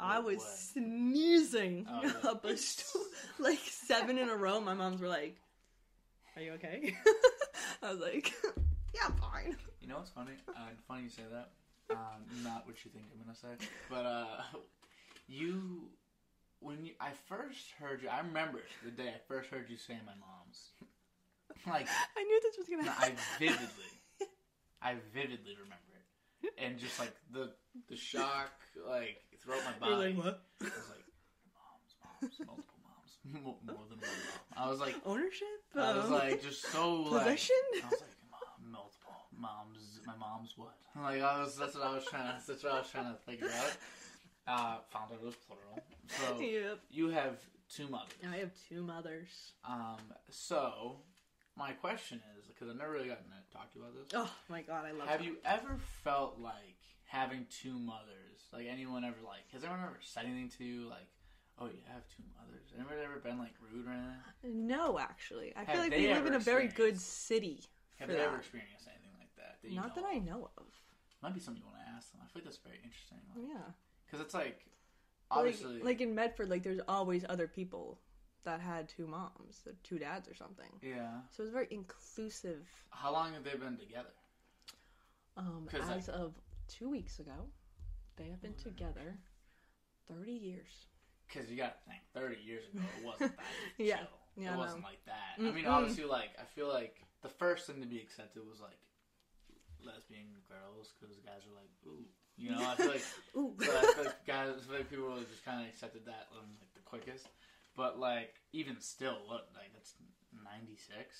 [SPEAKER 2] I
[SPEAKER 1] Wait,
[SPEAKER 2] was
[SPEAKER 1] what?
[SPEAKER 2] sneezing [laughs]
[SPEAKER 1] Oh, yeah.
[SPEAKER 2] up a stool, like seven in a row. My moms were like, "Are you okay?" [laughs] I was like, [laughs] "Yeah, I'm fine." [laughs]
[SPEAKER 1] You know what's funny? Uh, funny you say that. Um, not what you think I'm gonna say, but uh, [laughs] you when you, I first heard you, I remember the day I first heard you say my mom's. [laughs] like
[SPEAKER 2] I knew this was gonna
[SPEAKER 1] no, I
[SPEAKER 2] happen.
[SPEAKER 1] vividly, I vividly remember it, and just like the the shock like throughout my
[SPEAKER 2] [laughs] You're
[SPEAKER 1] body.
[SPEAKER 2] like, what?
[SPEAKER 1] I was like, moms, moms, multiple moms, [laughs] more, more than one mom. I was like,
[SPEAKER 2] Ownership?
[SPEAKER 1] I was
[SPEAKER 2] Um, [laughs]
[SPEAKER 1] like just so like. oh,
[SPEAKER 2] possession?
[SPEAKER 1] I was like, Mom, multiple moms. My mom's what? Like I was. That's what I was trying to. That's what I was trying to figure out. Uh, found out it was plural.
[SPEAKER 2] [laughs]
[SPEAKER 1] So
[SPEAKER 2] yep.
[SPEAKER 1] you have two mothers.
[SPEAKER 2] I have two mothers.
[SPEAKER 1] Um. So my question is because I've never really gotten to talk to you about this.
[SPEAKER 2] Oh my god, I love
[SPEAKER 1] have
[SPEAKER 2] them.
[SPEAKER 1] you ever felt like having two mothers? Like anyone ever like? Has anyone ever said anything to you like? Oh, you have two mothers. Anybody ever been like rude or anything?
[SPEAKER 2] No, actually, I
[SPEAKER 1] Have
[SPEAKER 2] feel like
[SPEAKER 1] they
[SPEAKER 2] we live
[SPEAKER 1] ever
[SPEAKER 2] in a very good
[SPEAKER 1] experienced-
[SPEAKER 2] city.
[SPEAKER 1] Have
[SPEAKER 2] for
[SPEAKER 1] they ever
[SPEAKER 2] that.
[SPEAKER 1] experienced anything like that? you
[SPEAKER 2] Not
[SPEAKER 1] know
[SPEAKER 2] that I
[SPEAKER 1] of?
[SPEAKER 2] know of. Oh,
[SPEAKER 1] Might be something you want to ask them. I feel like that's very interesting. Because
[SPEAKER 2] Yeah.
[SPEAKER 1] it's like,
[SPEAKER 2] Like,
[SPEAKER 1] obviously,
[SPEAKER 2] like in Medford, like there's always other people that had two moms or two dads or something.
[SPEAKER 1] yeah.
[SPEAKER 2] So it's very inclusive.
[SPEAKER 1] How long have they been together?
[SPEAKER 2] Um,
[SPEAKER 1] 'Cause, like-
[SPEAKER 2] as of two weeks ago, they have
[SPEAKER 1] Oh
[SPEAKER 2] been together thirty years.
[SPEAKER 1] Because you got to think, 30 years ago, it
[SPEAKER 2] [laughs]
[SPEAKER 1] wasn't that
[SPEAKER 2] Yeah.
[SPEAKER 1] chill.
[SPEAKER 2] Yeah,
[SPEAKER 1] it
[SPEAKER 2] I
[SPEAKER 1] wasn't like that. I mean,
[SPEAKER 2] Mm-mm.
[SPEAKER 1] obviously, like, I feel like the first thing to be accepted was, like, lesbian girls, because guys are like, ooh. You know, I feel
[SPEAKER 2] [laughs]
[SPEAKER 1] like,
[SPEAKER 2] Ooh.
[SPEAKER 1] [laughs] but I feel like guys, I feel like people really just kind of accepted that, um, like, the quickest. But, like, even still, what, like, that's 96?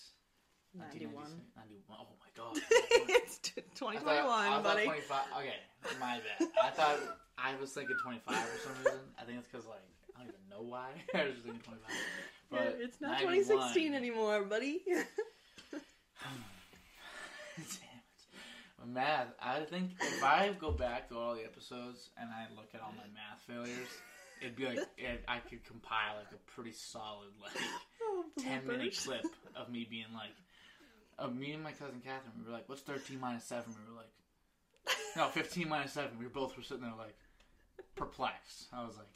[SPEAKER 2] 91.
[SPEAKER 1] 1996? 91. Oh, my
[SPEAKER 2] [laughs]
[SPEAKER 1] God.
[SPEAKER 2] it's t-
[SPEAKER 1] I
[SPEAKER 2] 2021,
[SPEAKER 1] thought- I thought
[SPEAKER 2] buddy.
[SPEAKER 1] 25 okay, my bad. I thought I was thinking 25 for some reason. I think it's because, like, I don't even know why. [laughs] I was just thinking 25.
[SPEAKER 2] Yeah,
[SPEAKER 1] But
[SPEAKER 2] it's not
[SPEAKER 1] 91.
[SPEAKER 2] 2016 anymore,
[SPEAKER 1] [sighs]
[SPEAKER 2] buddy. [laughs]
[SPEAKER 1] Damn it. My math. I think if I go back to all the episodes and I look at all my math failures, it'd be
[SPEAKER 2] [laughs]
[SPEAKER 1] like, it, I could compile, like, a pretty solid, like,
[SPEAKER 2] oh,
[SPEAKER 1] 10 minute
[SPEAKER 2] bloopers. [laughs]
[SPEAKER 1] clip [laughs] of me being like, of me and my cousin Catherine, we were like, what's 13 minus 7? We were like, no, 15 minus 7. We both were sitting there like, perplexed. I was like,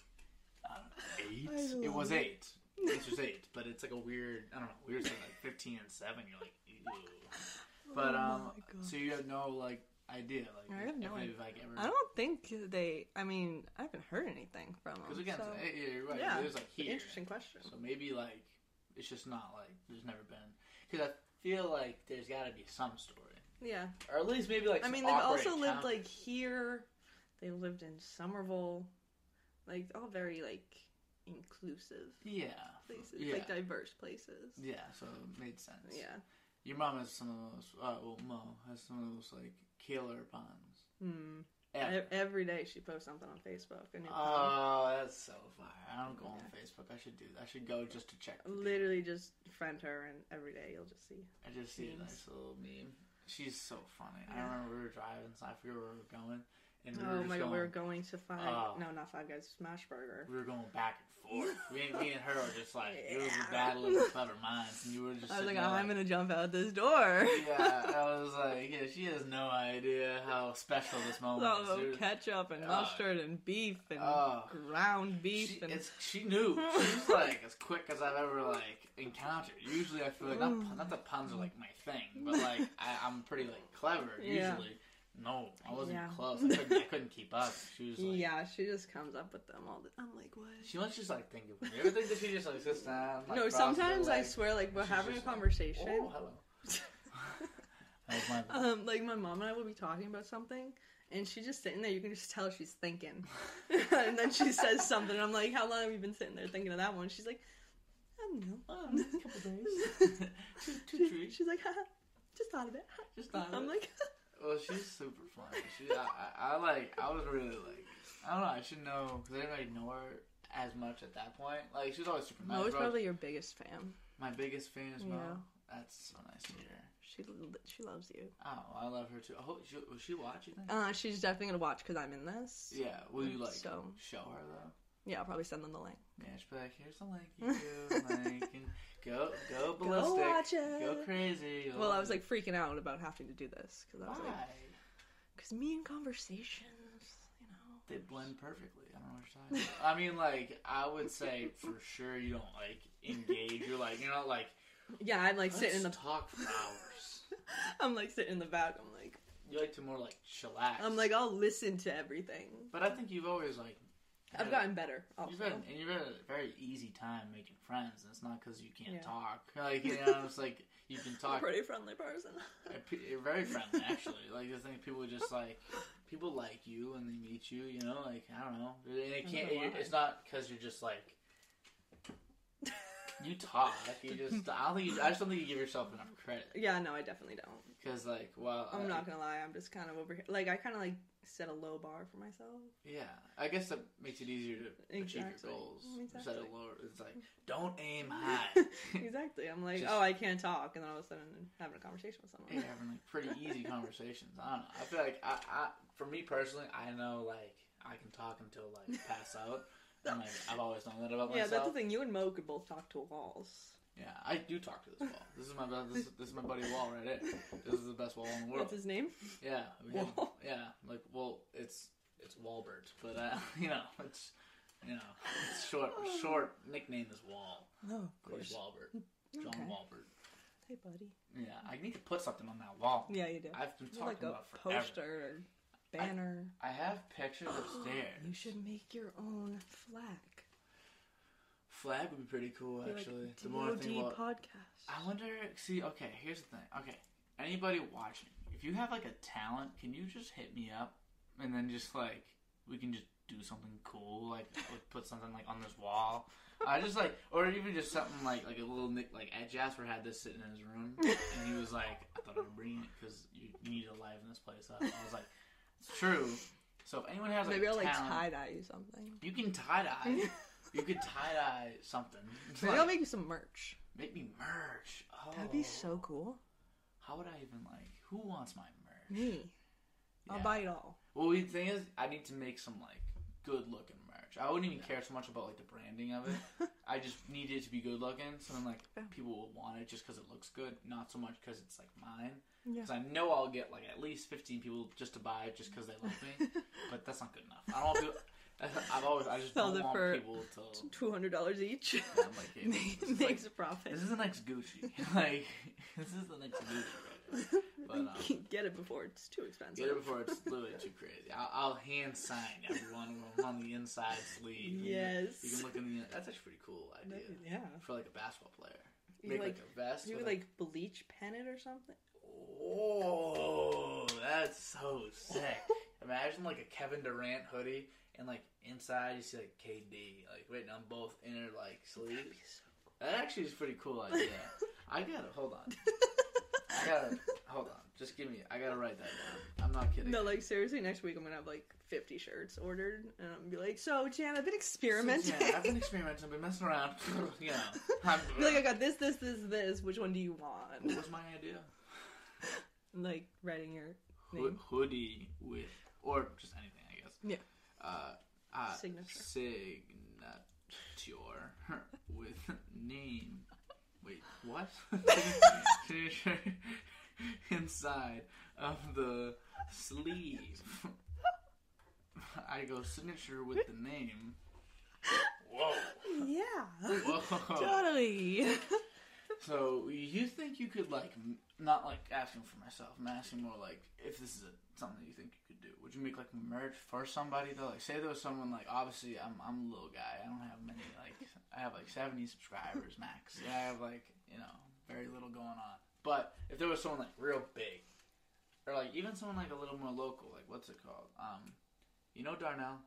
[SPEAKER 1] I
[SPEAKER 2] I
[SPEAKER 1] don't know, 8? It
[SPEAKER 2] love
[SPEAKER 1] was
[SPEAKER 2] it.
[SPEAKER 1] 8. It's just 8, but it's like a weird, I don't know, weird thing, like 15 and 7. You're like, ew. But,
[SPEAKER 2] Oh
[SPEAKER 1] um,
[SPEAKER 2] my God.
[SPEAKER 1] so you have no, like, idea. Like,
[SPEAKER 2] I have no
[SPEAKER 1] if
[SPEAKER 2] idea.
[SPEAKER 1] they've, like, ever.
[SPEAKER 2] I don't think they. I mean, I haven't heard anything from them.
[SPEAKER 1] Because again,
[SPEAKER 2] so,
[SPEAKER 1] it's- eh, yeah, you're right.
[SPEAKER 2] yeah,
[SPEAKER 1] There's like
[SPEAKER 2] it's an
[SPEAKER 1] here.
[SPEAKER 2] interesting question.
[SPEAKER 1] So maybe like it's just not like there's never been because I feel like there's got to be some story,
[SPEAKER 2] Yeah,
[SPEAKER 1] or at least maybe like.
[SPEAKER 2] I
[SPEAKER 1] some
[SPEAKER 2] mean, they've
[SPEAKER 1] awkward
[SPEAKER 2] also lived
[SPEAKER 1] encounter.
[SPEAKER 2] like here. They lived in Somerville, like all very like inclusive
[SPEAKER 1] yeah,
[SPEAKER 2] places,
[SPEAKER 1] yeah,
[SPEAKER 2] like diverse places.
[SPEAKER 1] yeah. So it made sense.
[SPEAKER 2] Yeah.
[SPEAKER 1] your mom has some of those. Uh, well, Mo has some of those like killer puns.
[SPEAKER 2] Hmm.
[SPEAKER 1] Ever.
[SPEAKER 2] E- Every day she posts something on Facebook. A new pun.
[SPEAKER 1] Oh, that's so fire! I don't go on Facebook. I should do. that. I should go just to check. the date.
[SPEAKER 2] Literally just friend her, and every day you'll just see.
[SPEAKER 1] I just see a
[SPEAKER 2] Memes.
[SPEAKER 1] nice little meme. She's so funny. I
[SPEAKER 2] Yeah.
[SPEAKER 1] remember we were driving, so I forget where we were going, and we were
[SPEAKER 2] Oh
[SPEAKER 1] just
[SPEAKER 2] my god,
[SPEAKER 1] going,
[SPEAKER 2] we were going to five.
[SPEAKER 1] Oh.
[SPEAKER 2] No, not Five Guys. Smash Burger.
[SPEAKER 1] we were going back and forth.
[SPEAKER 2] [laughs]
[SPEAKER 1] Me, me and her were just like it was
[SPEAKER 2] Yeah.
[SPEAKER 1] a battle of the clever minds, and you were just.
[SPEAKER 2] I was like,
[SPEAKER 1] sitting
[SPEAKER 2] oh,
[SPEAKER 1] there
[SPEAKER 2] I'm gonna jump out this door.
[SPEAKER 1] Yeah,
[SPEAKER 2] [laughs]
[SPEAKER 1] I was like, yeah, she has no idea how special
[SPEAKER 2] [laughs]
[SPEAKER 1] this moment
[SPEAKER 2] All
[SPEAKER 1] is.
[SPEAKER 2] of
[SPEAKER 1] It was-
[SPEAKER 2] ketchup and
[SPEAKER 1] Oh.
[SPEAKER 2] mustard and beef and
[SPEAKER 1] Oh.
[SPEAKER 2] ground beef
[SPEAKER 1] She,
[SPEAKER 2] and
[SPEAKER 1] it's, she knew. She
[SPEAKER 2] [laughs]
[SPEAKER 1] was like as quick as I've ever like encountered. Usually, I feel like not, pun- not that puns are like my thing,
[SPEAKER 2] [laughs]
[SPEAKER 1] but like I, I'm pretty like clever
[SPEAKER 2] Yeah.
[SPEAKER 1] usually. No, I wasn't
[SPEAKER 2] Yeah.
[SPEAKER 1] close. I couldn't, I couldn't keep up. She was like,
[SPEAKER 2] yeah, she just comes up with them all. The, I'm like, what?
[SPEAKER 1] she must just like think of it. You ever think that she just like sits down? Like,
[SPEAKER 2] no,
[SPEAKER 1] crosses her
[SPEAKER 2] sometimes I
[SPEAKER 1] legs?
[SPEAKER 2] swear, like we're
[SPEAKER 1] She's
[SPEAKER 2] having a
[SPEAKER 1] just like,
[SPEAKER 2] conversation.
[SPEAKER 1] Oh, hello. That was my-
[SPEAKER 2] [laughs] um, like my mom and I will be talking about something, and she's just sitting there. You can just tell she's thinking, [laughs] and then she says something. and I'm like, how long have you been sitting there thinking of that one? She's like, I don't know.
[SPEAKER 1] [laughs] Oh, a couple days.
[SPEAKER 2] [laughs]
[SPEAKER 1] [laughs] two, two
[SPEAKER 2] She-
[SPEAKER 1] trees.
[SPEAKER 2] she's like, Haha, just thought of it. [laughs]
[SPEAKER 1] Just not.
[SPEAKER 2] I'm like, [laughs]
[SPEAKER 1] well, she's super funny. She, I, I, I like. I was really like. I don't know. I should know because I didn't really know her as much at that point. Like she was always super nice. but
[SPEAKER 2] Mo is
[SPEAKER 1] I was-
[SPEAKER 2] probably your biggest fan.
[SPEAKER 1] my biggest fan is Mo.
[SPEAKER 2] Yeah.
[SPEAKER 1] That's so nice to hear.
[SPEAKER 2] She l- she loves you.
[SPEAKER 1] Oh, I love her too. Oh, she, will she watch? You think?
[SPEAKER 2] Uh, she's definitely gonna watch because I'm in this.
[SPEAKER 1] yeah. Will you like
[SPEAKER 2] so-
[SPEAKER 1] show her though?
[SPEAKER 2] Yeah, I'll probably send them the link.
[SPEAKER 1] Yeah. She'll be like, "Here's the link. You do, like,
[SPEAKER 2] [laughs]
[SPEAKER 1] and go go ballistic.
[SPEAKER 2] watch it.
[SPEAKER 1] Go crazy."
[SPEAKER 2] Well, I was like freaking out about having to do this because I was
[SPEAKER 1] "Why?"
[SPEAKER 2] like, because me and conversations, you know.
[SPEAKER 1] They blend perfectly. I don't know what you're talking about. I mean, like, I would say for sure you don't like engage. You're like, you're not like
[SPEAKER 2] Yeah, I'm like
[SPEAKER 1] let's
[SPEAKER 2] sitting in the.
[SPEAKER 1] talk for hours.
[SPEAKER 2] [laughs] I'm like sitting in the back. I'm like,
[SPEAKER 1] You like to more like chillax.
[SPEAKER 2] I'm like, I'll listen to everything.
[SPEAKER 1] but I think you've always like.
[SPEAKER 2] I've
[SPEAKER 1] had-
[SPEAKER 2] gotten better. Also.
[SPEAKER 1] You've had, and you've had a very easy time making friends, and it's not because you can't
[SPEAKER 2] Yeah.
[SPEAKER 1] talk. [laughs] Like you know, it's like you can
[SPEAKER 2] I'm a
[SPEAKER 1] talk. Uh,
[SPEAKER 2] pretty friendly person.
[SPEAKER 1] [laughs]
[SPEAKER 2] [laughs]
[SPEAKER 1] You're very friendly, actually. Like I think people just like people like you when they meet you. You know, like I don't know. They
[SPEAKER 2] don't
[SPEAKER 1] can't.
[SPEAKER 2] know
[SPEAKER 1] you-
[SPEAKER 2] why.
[SPEAKER 1] It's not because you're just like You talk.
[SPEAKER 2] [laughs]
[SPEAKER 1] You just. I don't think. You, I just don't think you give yourself enough credit.
[SPEAKER 2] yeah, no, I definitely don't.
[SPEAKER 1] Because like, well,
[SPEAKER 2] I'm
[SPEAKER 1] I-
[SPEAKER 2] not gonna lie. I'm just kind of over here. Like, I kind of like set a low bar for myself.
[SPEAKER 1] Yeah, I guess that makes it easier to achieve
[SPEAKER 2] Exactly.
[SPEAKER 1] your goals.
[SPEAKER 2] Exactly.
[SPEAKER 1] Instead of lower, it's like don't aim
[SPEAKER 2] [laughs]
[SPEAKER 1] high. [laughs]
[SPEAKER 2] exactly. I'm like,
[SPEAKER 1] Just-
[SPEAKER 2] oh, I can't talk, and then all of a sudden, I'm having a conversation with someone.
[SPEAKER 1] You're having like pretty easy conversations. I don't know. I
[SPEAKER 2] [laughs]
[SPEAKER 1] feel like I, I, for me personally, I know like I can talk until like pass out. I'm like, I've always known that about
[SPEAKER 2] yeah,
[SPEAKER 1] myself.
[SPEAKER 2] that's the thing. You and Mo could both talk to walls.
[SPEAKER 1] [laughs] Yeah, I do talk to this wall. This is my bu- this, this is my buddy wall right here. This is the best wall in the world.
[SPEAKER 2] What's his name?
[SPEAKER 1] Yeah, we had-
[SPEAKER 2] Wall?
[SPEAKER 1] yeah. Like, well, it's it's Walbert, but uh, [laughs] you know, it's you know, it's short short nickname is Wall.
[SPEAKER 2] No, Oh. of
[SPEAKER 1] But He's Walbert, John
[SPEAKER 2] Okay.
[SPEAKER 1] Walbert.
[SPEAKER 2] Hey, buddy.
[SPEAKER 1] Yeah, I need to put something on that wall.
[SPEAKER 2] Yeah, you do.
[SPEAKER 1] I've been
[SPEAKER 2] You're
[SPEAKER 1] talking
[SPEAKER 2] like a
[SPEAKER 1] about forever.
[SPEAKER 2] poster or banner.
[SPEAKER 1] I have
[SPEAKER 2] [gasps]
[SPEAKER 1] pictures upstairs.
[SPEAKER 2] You should make your own flag.
[SPEAKER 1] Flag would be pretty cool,
[SPEAKER 2] Be like,
[SPEAKER 1] actually. the more I think
[SPEAKER 2] DOD
[SPEAKER 1] about,
[SPEAKER 2] podcast.
[SPEAKER 1] I wonder. See, okay, here's the thing. Okay, anybody watching, if you have like a talent, can you just hit me up, and then just like we can just do something cool, like [laughs] or put something like on this wall. I just like, or even just something like like a little nick like Ed Jasper had this sitting in his
[SPEAKER 2] [laughs]
[SPEAKER 1] room, and he was like, I thought I'd bring it because you, you need to liven this place up. I was like, it's true. So if anyone has like,
[SPEAKER 2] Maybe I'll like
[SPEAKER 1] talent,
[SPEAKER 2] tie dye you something.
[SPEAKER 1] you can tie [laughs] dye. You could tie dye something.
[SPEAKER 2] [laughs] Maybe I'll make you some merch.
[SPEAKER 1] Make me merch. Oh,
[SPEAKER 2] That'd be so cool.
[SPEAKER 1] How would I even like? Who wants my merch?
[SPEAKER 2] Me. I'll
[SPEAKER 1] Yeah.
[SPEAKER 2] buy it all.
[SPEAKER 1] Well, the thing is, I need to make some like good looking merch. I wouldn't even care so much about like the branding of it. I just need it to be good looking, so then like
[SPEAKER 2] Yeah.
[SPEAKER 1] people will want it just because it looks good, not so much because it's like mine.
[SPEAKER 2] [laughs] Yeah.
[SPEAKER 1] Because I know I'll get like at least fifteen people just to buy it just because they like
[SPEAKER 2] [laughs]
[SPEAKER 1] me. but that's not good enough. I don't want people. [laughs] I've always I just
[SPEAKER 2] Sell
[SPEAKER 1] don't
[SPEAKER 2] it
[SPEAKER 1] want
[SPEAKER 2] for-
[SPEAKER 1] people to.
[SPEAKER 2] [laughs] Two hundred dollars
[SPEAKER 1] [laughs]
[SPEAKER 2] each.
[SPEAKER 1] I'm like,
[SPEAKER 2] [laughs]
[SPEAKER 1] hey, this is, like,
[SPEAKER 2] Makes a profit.
[SPEAKER 1] This
[SPEAKER 2] [laughs]
[SPEAKER 1] is the next Gucci. [laughs] like this is the next Gucci. Right there. But um,
[SPEAKER 2] Get it before it's too expensive.
[SPEAKER 1] Get it before
[SPEAKER 2] [laughs]
[SPEAKER 1] it's a little bit too crazy. I'll, I'll hand sign everyone who's on the inside sleeve. You can-
[SPEAKER 2] [laughs] Yes.
[SPEAKER 1] You can look in the. That's actually a pretty cool idea
[SPEAKER 2] That'd be- yeah.
[SPEAKER 1] for like a basketball player.
[SPEAKER 2] You
[SPEAKER 1] Make like,
[SPEAKER 2] like-
[SPEAKER 1] a vest.
[SPEAKER 2] You
[SPEAKER 1] with
[SPEAKER 2] would like bleach pen it
[SPEAKER 1] [laughs]
[SPEAKER 2] or something.
[SPEAKER 1] oh, that's so
[SPEAKER 2] [laughs]
[SPEAKER 1] sick. Imagine like a Kevin Durant hoodie and like inside you see like KD like written on both inner like
[SPEAKER 2] That'd [laughs]
[SPEAKER 1] sleeves.
[SPEAKER 2] be so
[SPEAKER 1] That actually is a pretty cool
[SPEAKER 2] [laughs]
[SPEAKER 1] idea. I gotta hold on. I gotta hold on. Just give me. I gotta write that down. I'm not kidding.
[SPEAKER 2] No, like seriously, next week I'm gonna have like 50 shirts ordered, and I'm gonna be like, "So Jan, I've been experimenting.
[SPEAKER 1] So, yeah, I've
[SPEAKER 2] [laughs]
[SPEAKER 1] been experimenting. I've been messing around. [laughs] you know, I'm,
[SPEAKER 2] Be [laughs] like I got this, this, this, this. Which one do you want?
[SPEAKER 1] what was my idea?
[SPEAKER 2] And, [laughs] like writing your
[SPEAKER 1] Hood
[SPEAKER 2] name.
[SPEAKER 1] hoodie with, or just anything, I guess.
[SPEAKER 2] Yeah.
[SPEAKER 1] Uh, uh,
[SPEAKER 2] Signature.
[SPEAKER 1] Signature with [laughs] name. Wait, what? [laughs] Signature [laughs] inside of the sleeve. [laughs] I go signature with the name.
[SPEAKER 2] [laughs]
[SPEAKER 1] Whoa.
[SPEAKER 2] Yeah,
[SPEAKER 1] Whoa.
[SPEAKER 2] totally. [laughs]
[SPEAKER 1] So you think you could like m- not like asking for myself? I'm asking more like if this is a, something that you think you could do. Would you make like merch for somebody though? Like say there was someone like obviously I'm I'm a little guy. I don't have many like I have like 70 subscribers max. Yeah, I have like you know very little going on. But if there was someone like real big, or like even someone like a little more local, like what's it called? Um, you know Darnell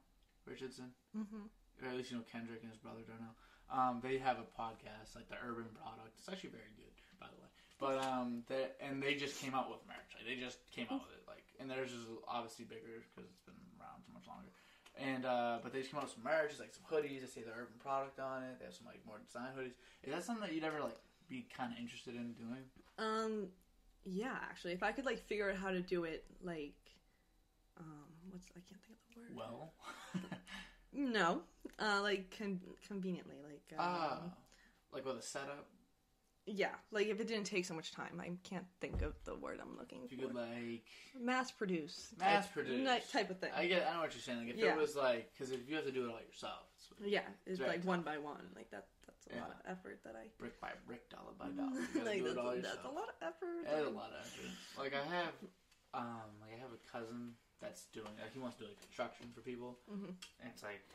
[SPEAKER 1] Richardson
[SPEAKER 2] Mhm.
[SPEAKER 1] or at least you know Kendrick and his brother Darnell. Um, they have a podcast like the Urban Product. It's actually very good, by the way. But um, they and they just came out with merch. Like they just came out with it. Like and theirs is obviously bigger because it's been around for much longer. And uh, but they just came out with some merch, it's like some hoodies. They say the Urban Product on it. They have some like more design hoodies. Is that something that you'd ever like be kind of interested in doing?
[SPEAKER 2] Um, yeah, actually, if I could like figure out how to do it, like, um, what's I can't think of the word.
[SPEAKER 1] Well,
[SPEAKER 2] No, uh, like con- conveniently, like, um,
[SPEAKER 1] [laughs] ah, like with a setup,
[SPEAKER 2] yeah, like if it didn't take so much time, I can't think of the word I'm looking
[SPEAKER 1] if you
[SPEAKER 2] for.
[SPEAKER 1] could like
[SPEAKER 2] mass produce
[SPEAKER 1] Mass produce.
[SPEAKER 2] like, type of thing
[SPEAKER 1] I get, I know what you're saying. Like if
[SPEAKER 2] Yeah.
[SPEAKER 1] it was like because if you have to do it all yourself, it's
[SPEAKER 2] yeah it's
[SPEAKER 1] Very
[SPEAKER 2] like one by one like that that's a lot
[SPEAKER 1] Yeah.
[SPEAKER 2] of effort that i
[SPEAKER 1] brick by brick, dollar
[SPEAKER 2] [laughs]
[SPEAKER 1] by dollar. You gotta
[SPEAKER 2] like
[SPEAKER 1] do it
[SPEAKER 2] that's,
[SPEAKER 1] all
[SPEAKER 2] a,
[SPEAKER 1] yourself.
[SPEAKER 2] that's a lot of effort
[SPEAKER 1] That is a lot of effort. Like I have, um, like I have a cousin that's doing. Like, he wants to do like construction for people,
[SPEAKER 2] Mhm.
[SPEAKER 1] and it's like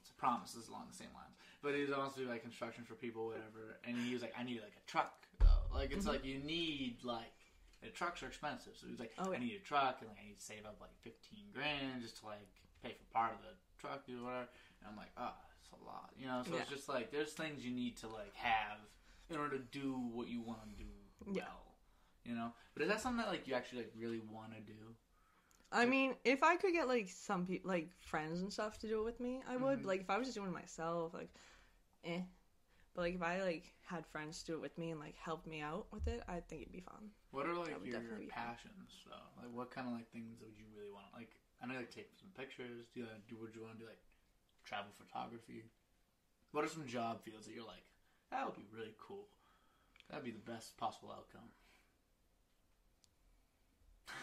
[SPEAKER 1] it's a promise. This is along the same lines, but he wants to do like construction for people, whatever. And he was like, I need like a truck though. Like
[SPEAKER 2] Mm-hmm.
[SPEAKER 1] it's like you need like. The trucks are expensive, so he's like,
[SPEAKER 2] Oh, yeah.
[SPEAKER 1] I need a truck, and like I need to save up like fifteen grand just to like pay for part of the truck or whatever. And I'm like, ah, it's a lot, you know. So it's
[SPEAKER 2] Yeah.
[SPEAKER 1] just like there's things you need to like have in order to do what you want to do well.
[SPEAKER 2] Yeah.
[SPEAKER 1] You know, but is that something that like you actually like really want to do?
[SPEAKER 2] i mean if i could get like some people like friends and stuff to do it with me i would
[SPEAKER 1] Mhm.
[SPEAKER 2] like if i was just doing it myself like eh but like if i like had friends do it with me and like helped me out with it i think it'd be
[SPEAKER 1] [laughs]
[SPEAKER 2] fun [laughs]
[SPEAKER 1] What are like
[SPEAKER 2] That would
[SPEAKER 1] your
[SPEAKER 2] definitely be fun.
[SPEAKER 1] passions though? uh, Like what kind of like things would you really want? Like I know like take some pictures. Do you like, do would you want to do like travel photography? What are some job fields that you're like, that would be really cool? That'd be the best possible outcome.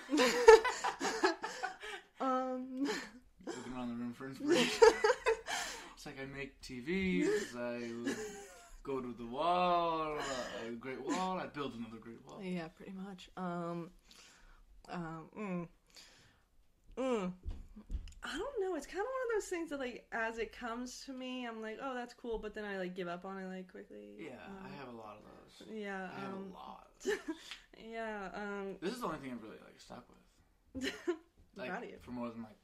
[SPEAKER 1] [laughs]
[SPEAKER 2] um, [laughs]
[SPEAKER 1] Looking around the room for inspiration. It's like I make TVs, I go to the wall, a great wall, I build another great wall.
[SPEAKER 2] yeah, pretty much. Um, um, mm, mm. I don't know. It's kind of one of those things that, like, as it comes to me, I'm like, oh, that's cool, but then I like give up on it like quickly.
[SPEAKER 1] Yeah,
[SPEAKER 2] Um,
[SPEAKER 1] I have a lot of those.
[SPEAKER 2] Yeah.
[SPEAKER 1] I have
[SPEAKER 2] um,
[SPEAKER 1] a lot.
[SPEAKER 2] [laughs] yeah. Um. [laughs]
[SPEAKER 1] This is the only thing I've really like stuck with. Like
[SPEAKER 2] proud of you.
[SPEAKER 1] for more than like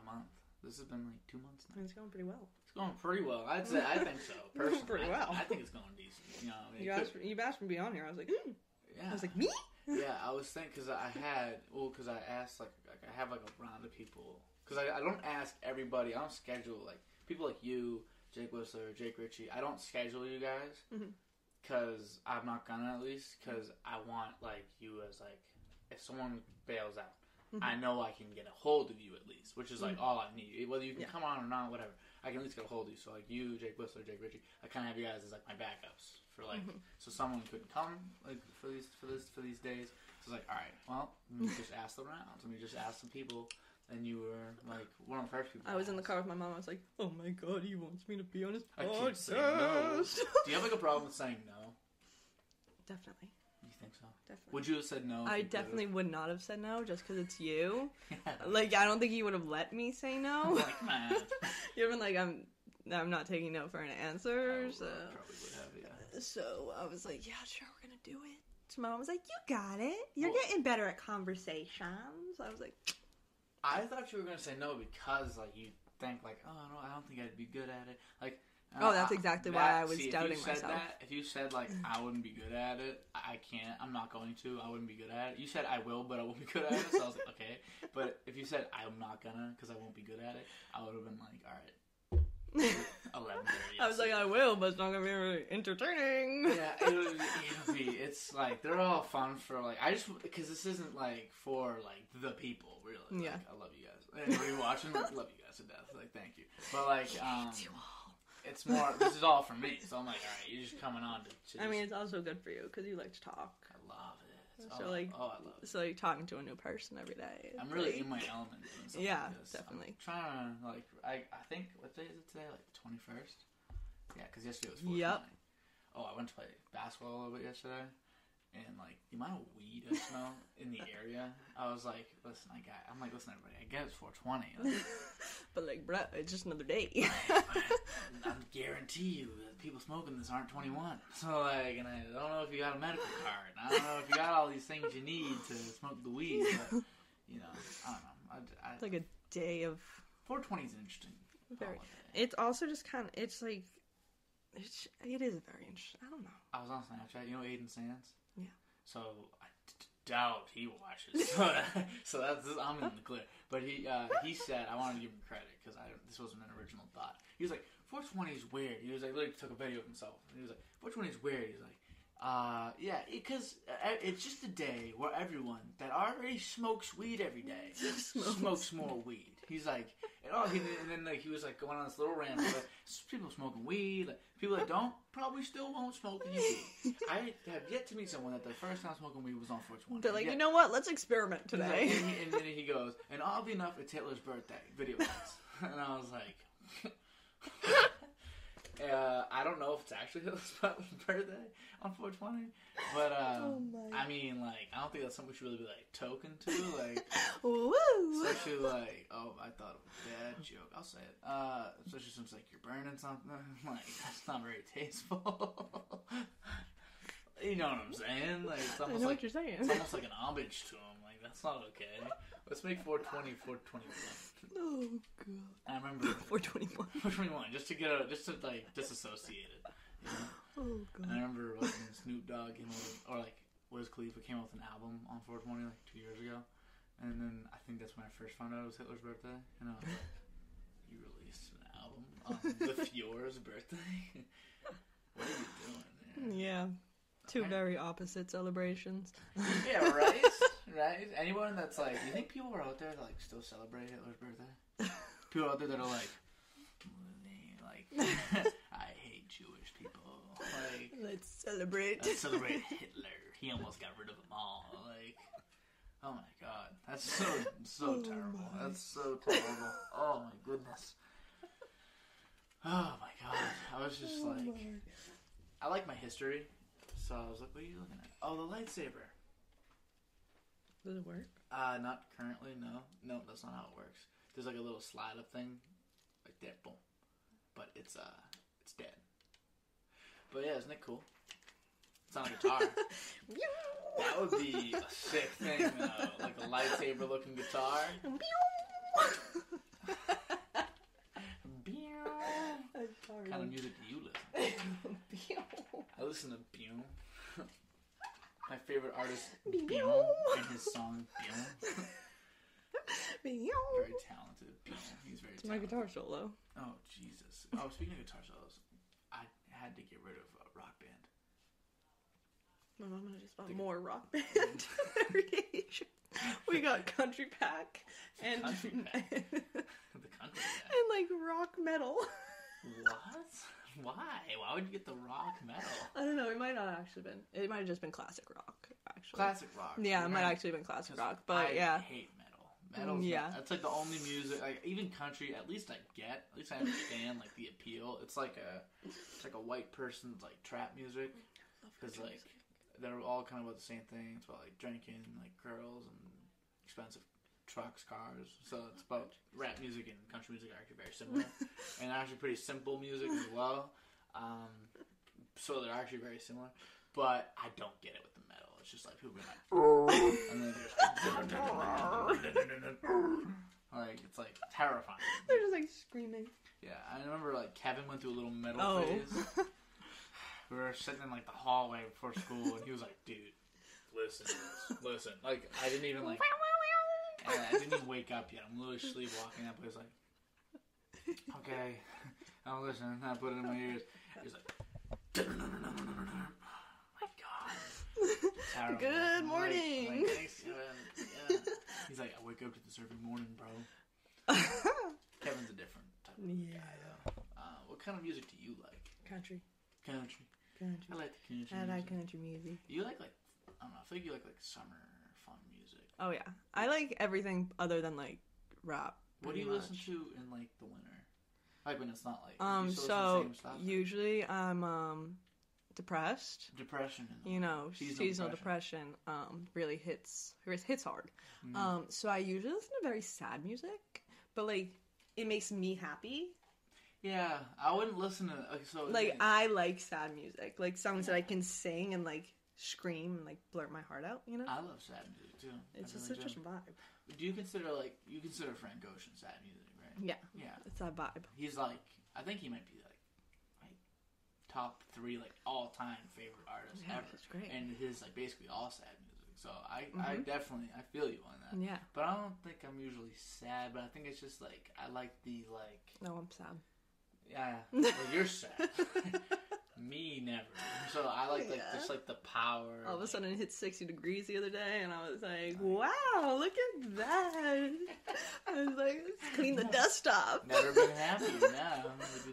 [SPEAKER 1] a month. This has been like two months now.
[SPEAKER 2] It's going pretty well.
[SPEAKER 1] It's going pretty well. I'd say I think so.
[SPEAKER 2] [laughs]
[SPEAKER 1] Personally,
[SPEAKER 2] Pretty
[SPEAKER 1] I-
[SPEAKER 2] well.
[SPEAKER 1] I, think it's going decent. You know, I mean,
[SPEAKER 2] You
[SPEAKER 1] it
[SPEAKER 2] asked,
[SPEAKER 1] could-
[SPEAKER 2] you asked me to be on here. I was like, mm.
[SPEAKER 1] yeah,
[SPEAKER 2] I was like, [laughs] me?
[SPEAKER 1] yeah. I was thinking because I had well, because I asked like, like I have like a round of people because I, I don't ask everybody. I don't schedule like people like you, Jake Whistler, Jake Ritchie. I don't schedule you guys
[SPEAKER 2] Mhm.
[SPEAKER 1] because I'm not gonna at least because I want like you as like if someone bails out.
[SPEAKER 2] Mm-hmm.
[SPEAKER 1] I know I can get a hold of you at least, which is like all I need. Whether you can
[SPEAKER 2] Yeah.
[SPEAKER 1] come on or not, whatever, I can at least get a hold of you. So like you, Jake Whistler, Jake Ritchie, I kind of have you guys as like my backups for like
[SPEAKER 2] Mm-hmm.
[SPEAKER 1] so someone couldn't come like for these for this for these days. So it's like all right, well, let
[SPEAKER 2] [laughs]
[SPEAKER 1] me just ask the rounds. Let me just ask some people, and you were like one of the first people.
[SPEAKER 2] I was in the
[SPEAKER 1] asked.
[SPEAKER 2] car with my mom. I was like, oh my god, he wants me to be on his
[SPEAKER 1] I
[SPEAKER 2] podcast.
[SPEAKER 1] can't say no. Do you have like a problem with saying no?
[SPEAKER 2] [laughs] definitely,
[SPEAKER 1] You think so?
[SPEAKER 2] definitely.
[SPEAKER 1] Would you have said no? if
[SPEAKER 2] I
[SPEAKER 1] you could've?
[SPEAKER 2] definitely would not have said no just because it's you.
[SPEAKER 1] [laughs]
[SPEAKER 2] [laughs]
[SPEAKER 1] Yeah.
[SPEAKER 2] Like, I don't think you would have let me say no.
[SPEAKER 1] Like,
[SPEAKER 2] [laughs]
[SPEAKER 1] man.
[SPEAKER 2] You've been like, I'm, I'm not taking no for an answer.
[SPEAKER 1] I
[SPEAKER 2] so,
[SPEAKER 1] probably would have. Yeah.
[SPEAKER 2] so I was like, yeah, sure, we're gonna do it. My mom was like, you got it. You're
[SPEAKER 1] Well-
[SPEAKER 2] getting better at conversations. I was
[SPEAKER 1] [laughs]
[SPEAKER 2] like, [laughs]
[SPEAKER 1] I thought you were gonna say no because like you think like oh no I don't think I'd be good at it like
[SPEAKER 2] Oh,
[SPEAKER 1] uh,
[SPEAKER 2] that's
[SPEAKER 1] I-
[SPEAKER 2] exactly why I was
[SPEAKER 1] see, if you
[SPEAKER 2] doubting
[SPEAKER 1] said
[SPEAKER 2] myself.
[SPEAKER 1] that- if you said like I wouldn't be good at it I I can't I'm not going to I wouldn't be good at it you said I will but I won't be good at it so I was like [laughs] okay but if you said I'm not gonna because I won't be good at it I would have been like all right eleven thirty
[SPEAKER 2] [laughs] I was like, I will, but it's not gonna be very entertaining.
[SPEAKER 1] yeah, [laughs] it would,
[SPEAKER 2] [laughs]
[SPEAKER 1] it would be. It's like they're all fun for like I just because this isn't like for like the people really.
[SPEAKER 2] Yeah.
[SPEAKER 1] like, I love you guys. Anybody watching, like, love you guys to death. Like, thank you. But like, um,
[SPEAKER 2] It's you all.
[SPEAKER 1] it's more. This is all for me. So I'm like, all right, you're just coming on to. to just,
[SPEAKER 2] I mean, it's also good for you because you like to talk.
[SPEAKER 1] I love it. It's
[SPEAKER 2] So,
[SPEAKER 1] all-
[SPEAKER 2] like,
[SPEAKER 1] oh, I love it.
[SPEAKER 2] So like talking to a new person every day.
[SPEAKER 1] I'm
[SPEAKER 2] It's
[SPEAKER 1] really
[SPEAKER 2] like-
[SPEAKER 1] in my element. Doing stuff
[SPEAKER 2] Yeah,
[SPEAKER 1] like this.
[SPEAKER 2] definitely.
[SPEAKER 1] I'm trying to like, I I think what day is it today? Like the twenty first. Yeah, because yesterday was. 4th
[SPEAKER 2] Yep.
[SPEAKER 1] Oh, I went to play basketball a little bit yesterday, and like the amount of weed I smell
[SPEAKER 2] [laughs]
[SPEAKER 1] in the area, I was like, listen, I got. I'm like, listen, everybody, I get it's four twenty.
[SPEAKER 2] [laughs]
[SPEAKER 1] Like,
[SPEAKER 2] but like, bro, it's just another [laughs] day.
[SPEAKER 1] I guarantee you that people smoking this aren't 21. [laughs] So like, and I don't know if you got a medical card. and I don't know if you got all these things you need to smoke the weed. But you know, I don't know. I, I,
[SPEAKER 2] it's like a day of.
[SPEAKER 1] 420 is an interesting.
[SPEAKER 2] Very-
[SPEAKER 1] holiday.
[SPEAKER 2] It's also just kind of. It's like. It's, it is very interesting. I don't know.
[SPEAKER 1] I was on Snapchat. You know Aiden Sands.
[SPEAKER 2] Yeah.
[SPEAKER 1] So I d- doubt he
[SPEAKER 2] [laughs]
[SPEAKER 1] watches. so that- so that's I'm in the clear. But he uh, he said I wanted to give him credit because I this wasn't an original thought. He was like 420 is weird. He was like literally took a video of himself. And he was like 420 is weird. He's like. Uh yeah, because e, it's just a day where everyone that already smokes weed every day
[SPEAKER 2] [laughs] Smokes.
[SPEAKER 1] smokes more weed. He's like, and all he and then like he was like going on this little rant. Like, people smoking weed, like, people that don't probably still won't smoke any
[SPEAKER 2] [laughs]
[SPEAKER 1] weed. I have yet to meet someone that the first time smoking weed was on 420.
[SPEAKER 2] They're like,
[SPEAKER 1] Yet-
[SPEAKER 2] you know what? Let's experiment
[SPEAKER 1] He's like,
[SPEAKER 2] today.
[SPEAKER 1] and,
[SPEAKER 2] [laughs]
[SPEAKER 1] he, and then he goes, and oddly enough, it's Hitler's birthday. Video games. [laughs] and I was like, [laughs] uh, I don't know if it's actually Hitler's [laughs] birthday on 420, but uh,
[SPEAKER 2] Oh my.
[SPEAKER 1] I mean, like, I don't think that's something we should really be like token to, like.
[SPEAKER 2] Woo! [laughs]
[SPEAKER 1] Especially like, oh, I thought of a bad joke. I'll say it. Uh, especially since like you're burning something, [laughs] like that's not very tasteful. [laughs] you know what I'm saying? Like it's
[SPEAKER 2] I
[SPEAKER 1] almost
[SPEAKER 2] know what
[SPEAKER 1] like
[SPEAKER 2] you're saying.
[SPEAKER 1] it's almost like an homage to him. Like that's not okay. Let's make 420 421.
[SPEAKER 2] [laughs] Oh god.
[SPEAKER 1] I
[SPEAKER 2] [laughs]
[SPEAKER 1] remember [laughs]
[SPEAKER 2] 421.
[SPEAKER 1] 421 just to get a just to like disassociate it. You know?
[SPEAKER 2] Oh
[SPEAKER 1] And I
[SPEAKER 2] god.
[SPEAKER 1] remember like when [laughs] Snoop Dogg came with, or like Wiz Khalifa came out with an album on 420 like two years ago, and then I think that's when I first found out it was Hitler's birthday, and I was like, "You released an album on [laughs] the Fuhrer's birthday? [laughs] what are you doing?"
[SPEAKER 2] Yeah. Two
[SPEAKER 1] Uh, Okay.
[SPEAKER 2] very opposite celebrations.
[SPEAKER 1] There? yeah, right, right. Anyone that's like, [laughs] you think people are out there that like still celebrate Hitler's birthday? People out there that are like, I hate Jewish people. Like,
[SPEAKER 2] [laughs] Let's celebrate.
[SPEAKER 1] let's
[SPEAKER 2] [laughs]
[SPEAKER 1] celebrate Hitler. He almost got rid of them all. Like, oh my god, that's so so
[SPEAKER 2] Oh
[SPEAKER 1] terrible.
[SPEAKER 2] my.
[SPEAKER 1] That's so terrible. Oh my goodness. Oh my god, I was just
[SPEAKER 2] Oh
[SPEAKER 1] like,
[SPEAKER 2] my.
[SPEAKER 1] I like my history, so I was like, what are you looking at? Oh, the lightsaber.
[SPEAKER 2] Does it work?
[SPEAKER 1] Uh, not currently. No, no, that's not how it works. There's like a little slide up thing, like that, boom. But it's uh, it's dead. But yeah, isn't it cool? It's on a guitar. [laughs] that would be a sick thing, though. Like a lightsaber looking guitar. What kind of music do you listen? to? I listen to Bune. [laughs] My favorite artist, Bune, and his song Bune. Very talented. Bune. He's very.
[SPEAKER 2] It's my
[SPEAKER 1] talented.
[SPEAKER 2] guitar solo.
[SPEAKER 1] Oh Jesus! Oh, speaking of guitar solos, I had to get rid of uh, Rock Band. [laughs]
[SPEAKER 2] My mom and I just bought
[SPEAKER 1] Think-
[SPEAKER 2] more
[SPEAKER 1] [laughs]
[SPEAKER 2] rock band variation. We got country pack and
[SPEAKER 1] Country pack.
[SPEAKER 2] [laughs] and
[SPEAKER 1] the country band.
[SPEAKER 2] like rock metal. [laughs]
[SPEAKER 1] what? Why? Why would you get the rock metal?
[SPEAKER 2] I don't know. It might not actually been. It might have just been classic rock. Actually,
[SPEAKER 1] Classic rock.
[SPEAKER 2] yeah, it
[SPEAKER 1] You're
[SPEAKER 2] might
[SPEAKER 1] not-
[SPEAKER 2] actually have been classic
[SPEAKER 1] 'cause
[SPEAKER 2] rock, but
[SPEAKER 1] I
[SPEAKER 2] yeah, Mm,
[SPEAKER 1] hate metal. Metal's
[SPEAKER 2] yeah.
[SPEAKER 1] yeah, that's like the only music. Like even country, at least I get. At least I understand like the appeal. It's like a, it's like a white person's like trap music. Because like they're all kind of about the same thing. It's about like drinking, like girls, and expensive trucks, cars. So it's about rap music and country music are actually very similar, and they're actually pretty simple music as well. Um, so they're actually very similar, but I don't get it with the metal. It's just like people be
[SPEAKER 2] [laughs]
[SPEAKER 1] like, and then they're just [laughs] like it's like terrifying.
[SPEAKER 2] [laughs] they're just like screaming.
[SPEAKER 1] Yeah, I remember like Kevin went through a little metal
[SPEAKER 2] Oh.
[SPEAKER 1] phase. We were sitting in like the hallway before school, and he was like, "Dude, listen, to this. listen." Like I didn't even like, and I didn't even wake up yet. I'm literally sleepwalking up. I was like, "Okay, [laughs] I'm listening." I put it in my ears. He was like, [laughs] "My God, terrible."
[SPEAKER 2] [laughs] Good
[SPEAKER 1] I'm like- I'm
[SPEAKER 2] morning.
[SPEAKER 1] Like, Thanks, Kevin. Yeah.
[SPEAKER 2] [laughs]
[SPEAKER 1] He's like, "I wake up to this every morning, bro." Kevin's a different type of
[SPEAKER 2] Yeah.
[SPEAKER 1] guy, though. Uh, what kind of music do you like?
[SPEAKER 2] country,
[SPEAKER 1] Country. I
[SPEAKER 2] country.
[SPEAKER 1] like the country.
[SPEAKER 2] I like
[SPEAKER 1] music.
[SPEAKER 2] country music.
[SPEAKER 1] You like like I don't know. I feel like you like like summer fun music.
[SPEAKER 2] Oh yeah, I like everything other than like rap.
[SPEAKER 1] What do
[SPEAKER 2] pretty
[SPEAKER 1] you listen
[SPEAKER 2] much.
[SPEAKER 1] to in like the winter? Like when it's not like you
[SPEAKER 2] Um,
[SPEAKER 1] still listen to the
[SPEAKER 2] so
[SPEAKER 1] same stuff?
[SPEAKER 2] usually I'm um depressed.
[SPEAKER 1] depression. In the
[SPEAKER 2] You know,
[SPEAKER 1] Seasonal
[SPEAKER 2] seasonal, depression. um really hits hits hard.
[SPEAKER 1] Mm.
[SPEAKER 2] Um, so I usually listen to very sad music, but like it makes me happy.
[SPEAKER 1] yeah, I wouldn't listen to like so.
[SPEAKER 2] Like I like sad music, like songs that I can sing and like scream and like blurt my heart out. You know,
[SPEAKER 1] I love sad music too. I
[SPEAKER 2] it's just
[SPEAKER 1] Ah, really
[SPEAKER 2] such
[SPEAKER 1] do.
[SPEAKER 2] a vibe.
[SPEAKER 1] Do you consider like you consider Frank Ocean sad music, right?
[SPEAKER 2] Yeah,
[SPEAKER 1] Yeah,
[SPEAKER 2] it's that vibe.
[SPEAKER 1] he's like I think he might be like like top three like all time favorite artist
[SPEAKER 2] Yeah,
[SPEAKER 1] ever.
[SPEAKER 2] it's great.
[SPEAKER 1] and it is like basically all sad music. So I, I definitely, I feel you on that.
[SPEAKER 2] Mm-hmm. yeah,
[SPEAKER 1] But I don't think I'm usually sad. But I think it's just like I like the like,
[SPEAKER 2] no, I'm sad. [laughs]
[SPEAKER 1] yeah, well, you're sad. [laughs] Me never. So I like like
[SPEAKER 2] Yeah.
[SPEAKER 1] just like the power.
[SPEAKER 2] [laughs] All of a
[SPEAKER 1] like-
[SPEAKER 2] sudden, it hit 60 degrees the other day, and I was like, wow, look at that. I was like, let's clean the dust off.
[SPEAKER 1] [laughs] Never
[SPEAKER 2] [laughs]
[SPEAKER 1] been happy. No, look at
[SPEAKER 2] I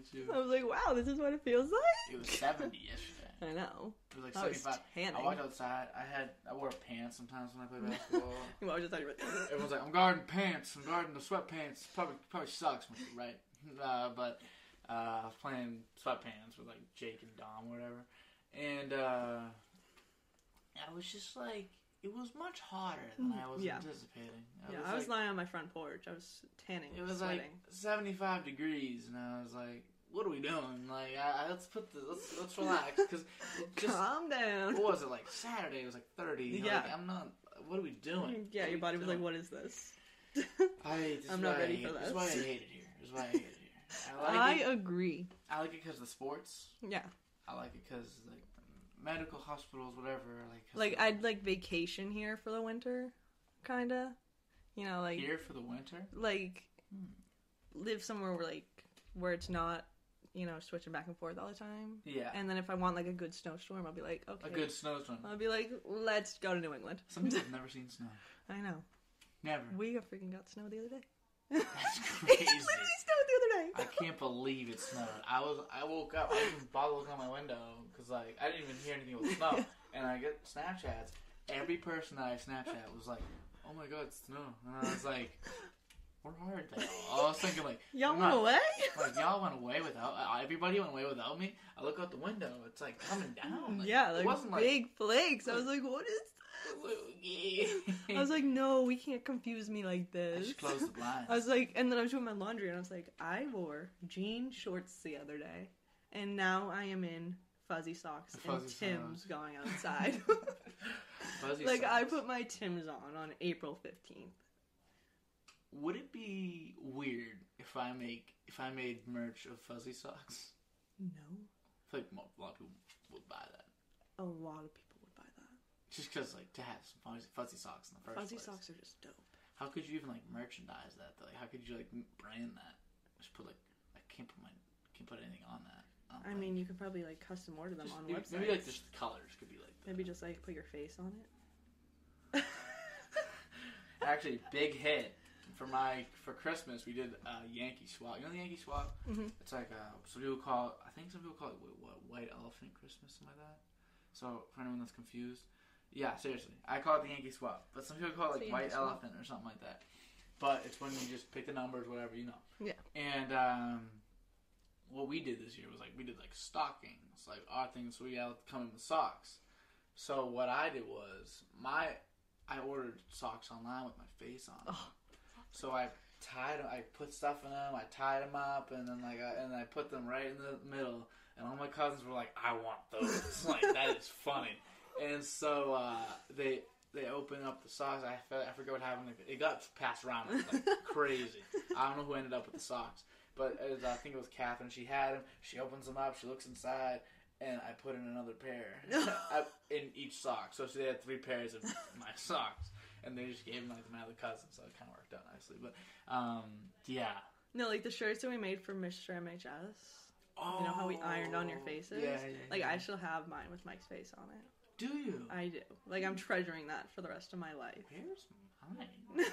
[SPEAKER 2] [laughs]
[SPEAKER 1] you.
[SPEAKER 2] was like, wow, this is what it feels like.
[SPEAKER 1] It was 70 yesterday.
[SPEAKER 2] [laughs] I know.
[SPEAKER 1] It was like
[SPEAKER 2] I was
[SPEAKER 1] 75. I
[SPEAKER 2] tanning.
[SPEAKER 1] walked outside. I had I wore pants sometimes when I played
[SPEAKER 2] [laughs]
[SPEAKER 1] basketball.
[SPEAKER 2] You know, I just thought you were.
[SPEAKER 1] Everyone's like, I'm guarding pants. I'm guarding the sweatpants. Probably probably sucks, right? Uh, but uh, I was playing sweatpants with like Jake and Dom, or whatever. And uh, I was just like, it was much hotter than I was
[SPEAKER 2] Mm, Yeah.
[SPEAKER 1] anticipating.
[SPEAKER 2] Yeah, I was lying on my front porch. I was tanning.
[SPEAKER 1] it was
[SPEAKER 2] sweating.
[SPEAKER 1] like 75 degrees, and I was like, what are we doing? Like, I, I- let's put the let's let's relax because just
[SPEAKER 2] calm down.
[SPEAKER 1] what was it like Saturday? It was like 30.
[SPEAKER 2] Yeah.
[SPEAKER 1] like, I'm not. What are we doing?
[SPEAKER 2] [laughs] Yeah,
[SPEAKER 1] What are
[SPEAKER 2] your
[SPEAKER 1] we
[SPEAKER 2] body was like,
[SPEAKER 1] doing?
[SPEAKER 2] what
[SPEAKER 1] [laughs]
[SPEAKER 2] is this?
[SPEAKER 1] I, this
[SPEAKER 2] I'm
[SPEAKER 1] is
[SPEAKER 2] not
[SPEAKER 1] why
[SPEAKER 2] ready
[SPEAKER 1] I hate,
[SPEAKER 2] for
[SPEAKER 1] This is
[SPEAKER 2] this.
[SPEAKER 1] why I hate it here. This is why I hate it here. I
[SPEAKER 2] [laughs] I
[SPEAKER 1] like it.
[SPEAKER 2] agree.
[SPEAKER 1] I like it because of the sports.
[SPEAKER 2] Yeah.
[SPEAKER 1] I like it because like the medical hospitals, whatever. Like 'cause
[SPEAKER 2] Like,
[SPEAKER 1] they're
[SPEAKER 2] I'd like vacation here for the winter, kinda. You know, like.
[SPEAKER 1] here for the winter.
[SPEAKER 2] like
[SPEAKER 1] Hmm.
[SPEAKER 2] live somewhere where like where it's not you know switching back and forth all the time
[SPEAKER 1] Yeah,
[SPEAKER 2] and then if i want like a good snowstorm i'll be like okay Uh,
[SPEAKER 1] a good snowstorm.
[SPEAKER 2] i'll be like let's go to new england [laughs]
[SPEAKER 1] Some people have never seen snow.
[SPEAKER 2] i know
[SPEAKER 1] Never.
[SPEAKER 2] we got freaking got snow the other day
[SPEAKER 1] Hmm. [laughs] That's
[SPEAKER 2] [laughs] it
[SPEAKER 1] crazy.
[SPEAKER 2] literally snowed the
[SPEAKER 1] I
[SPEAKER 2] other day.
[SPEAKER 1] can't believe it snowed. I was I woke up. I didn't bother looking out my window because like I didn't even hear anything with
[SPEAKER 2] [laughs]
[SPEAKER 1] snow. And I get Snapchats. Every person that I Snapchat was like, "Oh my god, snow!" And I was like, "Where are they?" all?" I was thinking like,
[SPEAKER 2] Y'all
[SPEAKER 1] I'm
[SPEAKER 2] went
[SPEAKER 1] not-
[SPEAKER 2] away?
[SPEAKER 1] like y'all went away without uh, everybody went away without me. I look out the window. It's like coming
[SPEAKER 2] [laughs]
[SPEAKER 1] down. Like,
[SPEAKER 2] Mm, yeah,
[SPEAKER 1] it wasn't
[SPEAKER 2] like
[SPEAKER 1] like.
[SPEAKER 2] big flakes. I was like, what is this? [laughs] I was like, no, we can't confuse me like
[SPEAKER 1] I
[SPEAKER 2] this.
[SPEAKER 1] just closed the blinds.
[SPEAKER 2] [laughs] I was like, and then I was doing my laundry, and I was like, I wore jean shorts the other day, and now I am in fuzzy socks and
[SPEAKER 1] Fuzzy
[SPEAKER 2] Tim's
[SPEAKER 1] socks.
[SPEAKER 2] going outside.
[SPEAKER 1] [laughs]
[SPEAKER 2] [laughs]
[SPEAKER 1] Fuzzy
[SPEAKER 2] like I
[SPEAKER 1] socks.
[SPEAKER 2] put my Tim's on on April fifteenth.
[SPEAKER 1] Would it be weird if I make if I made merch of fuzzy socks?
[SPEAKER 2] No,
[SPEAKER 1] I feel like mo- a lot of people would buy that
[SPEAKER 2] a lot of people would buy that.
[SPEAKER 1] just because like to have some fuzzy, fuzzy socks in the first
[SPEAKER 2] fuzzy
[SPEAKER 1] place.
[SPEAKER 2] socks are just dope.
[SPEAKER 1] How could you even like merchandise that? Though? Like how could you like m- brand that? Just put like I can't put my can't put anything on that. don't
[SPEAKER 2] I
[SPEAKER 1] think.
[SPEAKER 2] mean, you could probably like custom order them
[SPEAKER 1] Just
[SPEAKER 2] on
[SPEAKER 1] maybe,
[SPEAKER 2] websites.
[SPEAKER 1] maybe like just the colors could be like. the-
[SPEAKER 2] Maybe just like put your face on it. [laughs]
[SPEAKER 1] Actually, big hit for my for Christmas. We did uh, Yankee swap. You know the Yankee swap?
[SPEAKER 2] Mhm.
[SPEAKER 1] It's like uh, some people call. it- I think some people call it wh- what white elephant Christmas, something like that. So for anyone that's confused, yeah, seriously, I call it the Yankee swap, but some people call it
[SPEAKER 2] It's
[SPEAKER 1] like
[SPEAKER 2] the
[SPEAKER 1] white
[SPEAKER 2] Yankee swap.
[SPEAKER 1] elephant or something like that. But it's when you just pick the numbers, whatever you know.
[SPEAKER 2] Yeah.
[SPEAKER 1] And um, what we did this year was like we did like stockings, like our things. So we had coming with socks. So what I did was my I ordered socks online with my face on. 'em.
[SPEAKER 2] Oh.
[SPEAKER 1] So I tied 'em- I put stuff in them. I tied them up, and then like I, and I put them right in the middle. And all my cousins were like, "I want those!" [laughs] like that is funny. And so uh, they they opened up the socks. I fe- I forget what happened. Like, It got passed around like crazy. I don't know who ended up with the socks, but it was, I think it was Catherine. She had them. She opens them up. She looks inside. And I put in another
[SPEAKER 2] [laughs]
[SPEAKER 1] pair I- in each sock, so they had three pairs of my [laughs] socks and they just gave him like to my other cousin, so it kind of worked out nicely. But um, yeah.
[SPEAKER 2] no, like the shirts that we made for Mr. MHS.
[SPEAKER 1] Oh,
[SPEAKER 2] You know how we ironed on your faces?
[SPEAKER 1] Yeah, yeah,
[SPEAKER 2] Like
[SPEAKER 1] yeah.
[SPEAKER 2] I still have mine with Mike's face on it.
[SPEAKER 1] Do you?
[SPEAKER 2] I do. Like I'm treasuring that for the rest of my life. [laughs]
[SPEAKER 1] Where's mine?